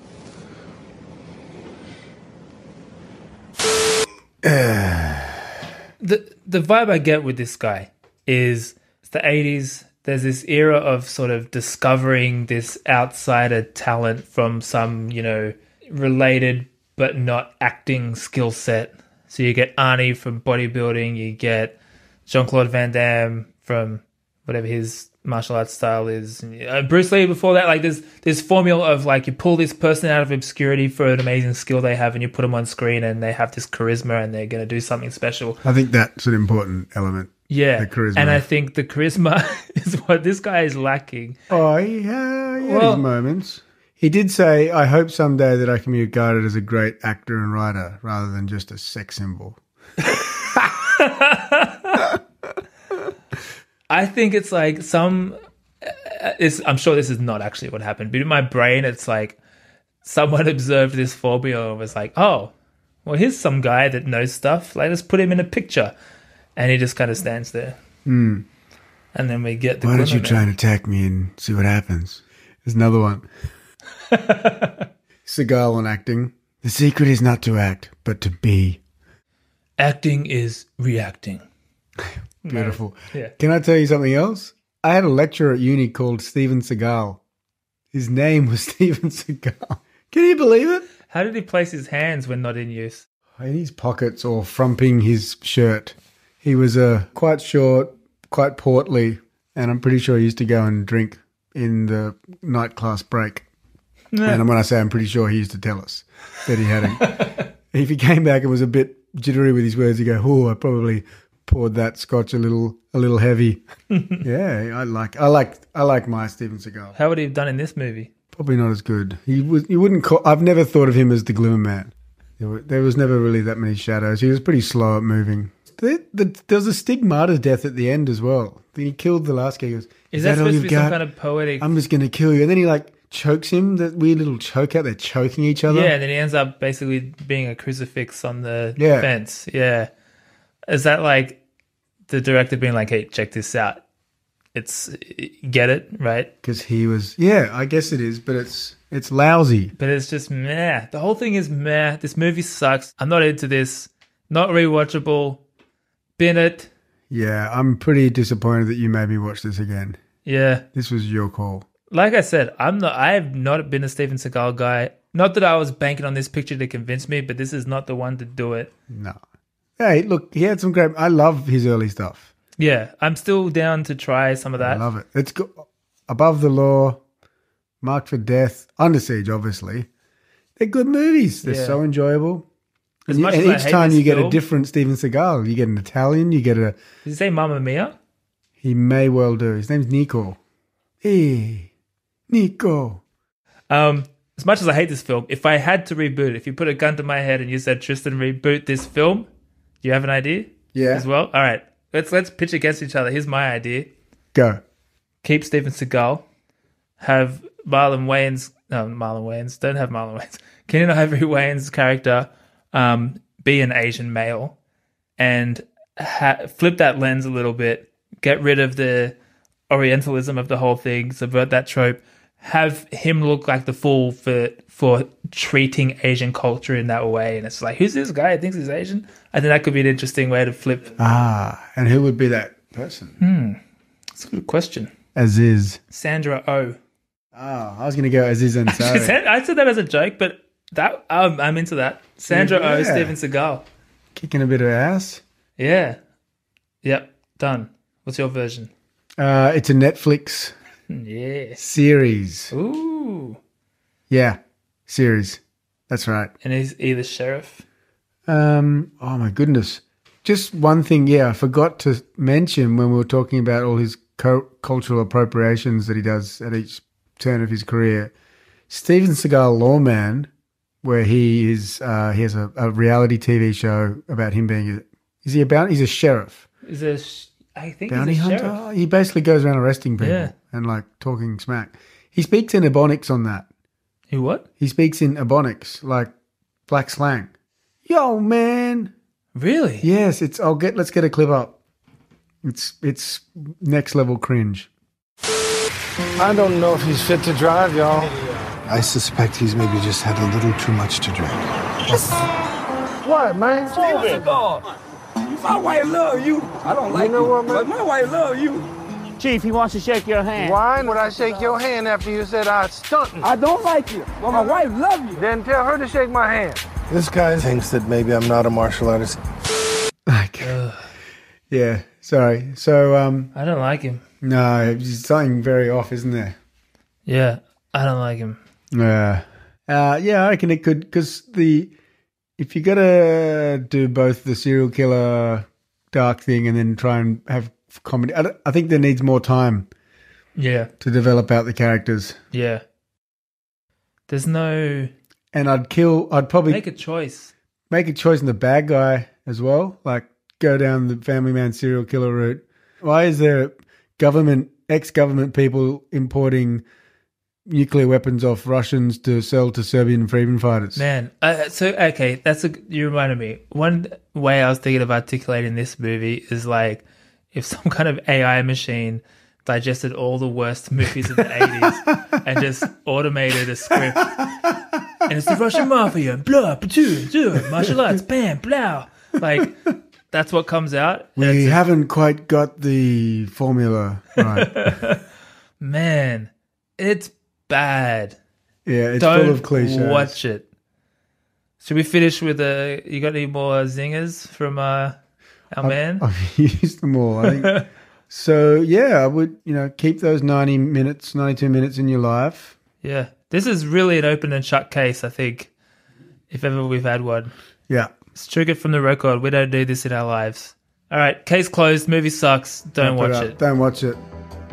[SPEAKER 3] the the vibe I get with this guy is it's the eighties. There's this era of sort of discovering this outsider talent from some you know related but not acting skill set. So you get Arnie from bodybuilding, you get Jean Claude Van Damme from whatever his martial arts style is, and, uh, Bruce Lee before that. Like there's this formula of like you pull this person out of obscurity for an amazing skill they have, and you put them on screen, and they have this charisma, and they're going to do something special.
[SPEAKER 4] I think that's an important element.
[SPEAKER 3] Yeah,
[SPEAKER 4] The charisma.
[SPEAKER 3] and I think the charisma is what this guy is lacking.
[SPEAKER 4] Oh, yeah, yeah.
[SPEAKER 3] Well-
[SPEAKER 4] his moments. He did say, "I hope someday that I can be regarded as a great actor and writer rather than just a sex symbol."
[SPEAKER 3] I think it's like some. uh, It's, I'm sure this is not actually what happened, but in my brain, it's like someone observed this phobia and was like, "Oh, well, here's some guy that knows stuff. Like, let's put him in a picture," and he just kind of stands there.
[SPEAKER 4] Hmm.
[SPEAKER 3] And then we get the.
[SPEAKER 4] Why don't you
[SPEAKER 3] Glimmerman.
[SPEAKER 4] try and attack me and see what happens? There's another one. Seagal on acting. The secret is not to act, but to be.
[SPEAKER 3] Acting is reacting.
[SPEAKER 4] Beautiful.
[SPEAKER 3] Yeah.
[SPEAKER 4] Can I tell you something else? I had a lecturer at uni called Steven Seagal. His name was Steven Seagal. Can you believe it?
[SPEAKER 3] How did he place his hands when not in use?
[SPEAKER 4] In his pockets or frumping his shirt. He was uh, quite short, quite portly, and I'm pretty sure he used to go and drink in the night class break.
[SPEAKER 3] Yeah.
[SPEAKER 4] And when I say I'm pretty sure, he used to tell us that he had a if he came back and was a bit jittery with his words, he'd go, "Oh, I probably poured that scotch a little, a little heavy." yeah, I like, I like, I like my Steven Seagal.
[SPEAKER 3] How would he have done in this movie?
[SPEAKER 4] Probably not as good. He was. You wouldn't call. I've never thought of him as the glimmer man. There, were, there was never really that many shadows. He was pretty slow at moving. There, the, there was a stigmata death at the end as well. He killed the last guy. He goes,
[SPEAKER 3] Is that,
[SPEAKER 4] all
[SPEAKER 3] supposed to
[SPEAKER 4] you've
[SPEAKER 3] be
[SPEAKER 4] got?
[SPEAKER 3] some kind of poetic?
[SPEAKER 4] I'm just going to kill you." And then he like chokes him. That weird little choke out. They're choking each other.
[SPEAKER 3] Yeah, and then he ends up basically being a crucifix on the
[SPEAKER 4] Yeah.
[SPEAKER 3] fence. Yeah. Is that like the director being like, hey, check this out? It's get it, right?
[SPEAKER 4] because he was. Yeah, I guess it is, but it's it's lousy.
[SPEAKER 3] But it's just meh. The whole thing is meh. This movie sucks. I'm not into this. Not rewatchable. Bin it.
[SPEAKER 4] Yeah, I'm pretty disappointed that you made me watch this again.
[SPEAKER 3] Yeah.
[SPEAKER 4] This was your call.
[SPEAKER 3] Like I said, I'm not I have not been a Steven Seagal guy. Not that I was banking on this picture to convince me, but this is not the one to do it.
[SPEAKER 4] No. Hey, look, he had some great. I love his early stuff.
[SPEAKER 3] Yeah. I'm still down to try some of that.
[SPEAKER 4] I love it. It's has Above the Law, Marked for Death, Under Siege, obviously. They're good movies. They're
[SPEAKER 3] Yeah.
[SPEAKER 4] so enjoyable.
[SPEAKER 3] As
[SPEAKER 4] and you-
[SPEAKER 3] much
[SPEAKER 4] and
[SPEAKER 3] as I
[SPEAKER 4] each
[SPEAKER 3] hate
[SPEAKER 4] time
[SPEAKER 3] this
[SPEAKER 4] you get a
[SPEAKER 3] film-
[SPEAKER 4] different Steven Seagal. You get an Italian, you get a.
[SPEAKER 3] Did you say Mamma Mia?
[SPEAKER 4] He may well do. His name's Nico. Hey, Nico.
[SPEAKER 3] Um, as much as I hate this film, if I had to reboot, it, if you put a gun to my head and you said Tristan reboot this film, do you have an idea?
[SPEAKER 4] Yeah.
[SPEAKER 3] As well. All right. Let's let's pitch against each other. Here's my idea:
[SPEAKER 4] Go.
[SPEAKER 3] keep Steven Seagal, have Marlon Wayans, no Marlon Wayans, don't have Marlon Wayans. Kenan Ivory Wayans' character um, be an Asian male, and ha- flip that lens a little bit. Get rid of the Orientalism of the whole thing. Subvert that trope. Have him look like the fool for for treating Asian culture in that way. And it's like, who's this guy? Who thinks he's Asian? I think that could be an interesting way to flip.
[SPEAKER 4] Ah, and who would be that person?
[SPEAKER 3] Hmm, that's a good question.
[SPEAKER 4] Aziz.
[SPEAKER 3] Sandra O.
[SPEAKER 4] Oh, I was going to go Aziz
[SPEAKER 3] She
[SPEAKER 4] Ansari.
[SPEAKER 3] said- I said that as a joke, but that um, I'm into that. Sandra O,
[SPEAKER 4] Yeah.
[SPEAKER 3] Steven Seagal.
[SPEAKER 4] Kicking a bit of ass.
[SPEAKER 3] Yeah. Yep. Done. What's your version?
[SPEAKER 4] Uh, it's a Netflix
[SPEAKER 3] Yes.
[SPEAKER 4] series.
[SPEAKER 3] Ooh.
[SPEAKER 4] Yeah, series. That's right.
[SPEAKER 3] And he's either sheriff.
[SPEAKER 4] Um, oh my goodness. Just one thing, yeah, I forgot to mention when we were talking about all his co- cultural appropriations that he does at each turn of his career. Steven Seagal Lawman, where he is, uh, he has a, a reality TV show about him being, a, is he a bounty? He's a sheriff,
[SPEAKER 3] Is a sh- I think
[SPEAKER 4] bounty
[SPEAKER 3] he's a
[SPEAKER 4] hunter.
[SPEAKER 3] sheriff.
[SPEAKER 4] He basically goes around arresting people
[SPEAKER 3] Yeah.
[SPEAKER 4] and like talking smack. He speaks in Ebonics on that.
[SPEAKER 3] He what?
[SPEAKER 4] He speaks in Ebonics, like black slang. Yo, man.
[SPEAKER 3] Really?
[SPEAKER 4] Yes, it's I'll get let's get a clip up. It's it's next level cringe.
[SPEAKER 2] I don't know if he's fit to drive, y'all. I suspect he's maybe just had a little too much to drink.
[SPEAKER 12] What, man?
[SPEAKER 14] Steven. My wife love you. I don't like you. Know what, man? But my wife love you. Chief, he wants to shake your hand.
[SPEAKER 12] Why would I shake your hand after you said I stuntin'?
[SPEAKER 14] I don't like you, but my wife love you.
[SPEAKER 12] Then tell her to shake my hand.
[SPEAKER 2] This guy thinks that maybe I'm not a martial artist.
[SPEAKER 4] Yeah, sorry. So um
[SPEAKER 3] I don't like him.
[SPEAKER 4] No, it's something very off, isn't there?
[SPEAKER 3] Yeah, I don't like him.
[SPEAKER 4] Yeah. Uh, yeah, I reckon it could because the if you gotta do both the serial killer dark thing and then try and have comedy, I, don't- I think there needs more time
[SPEAKER 3] Yeah,
[SPEAKER 4] to develop out the characters.
[SPEAKER 3] yeah. There's no
[SPEAKER 4] And I'd kill. I'd probably
[SPEAKER 3] make a choice.
[SPEAKER 4] make a choice in the bad guy as well. Like go down the family man serial killer route. Why is there government ex government people importing nuclear weapons off Russians to sell to Serbian freedom fighters?
[SPEAKER 3] Man, uh, so okay, that's a you reminded me. One way I was thinking of articulating this movie is like if some kind of AI machine digested all the worst movies of the eighties and just automated a script. And it's the Russian mafia, blah, two, two, martial arts, bam, blah. Like that's what comes out.
[SPEAKER 4] We haven't quite got the formula right.
[SPEAKER 3] Man, it's bad.
[SPEAKER 4] Yeah, it's full of cliches.
[SPEAKER 3] Watch it. Should we finish with a? You got any more zingers from uh, our
[SPEAKER 4] Um,
[SPEAKER 3] man?
[SPEAKER 4] I've used them all. I think. so yeah, I would you know keep those ninety minutes, ninety two minutes in your life.
[SPEAKER 3] yeah, this is really an open and shut case. I think, if ever we've had one,
[SPEAKER 4] Yeah.
[SPEAKER 3] it's triggered from the record. We don't do this in our lives. All right, case closed. Movie sucks. Don't
[SPEAKER 4] Wrap
[SPEAKER 3] watch
[SPEAKER 4] up.
[SPEAKER 3] it.
[SPEAKER 4] Don't watch it.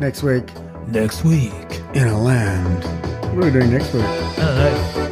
[SPEAKER 4] Next week.
[SPEAKER 3] Next week
[SPEAKER 4] in a land. What are we doing next week?
[SPEAKER 3] I don't know.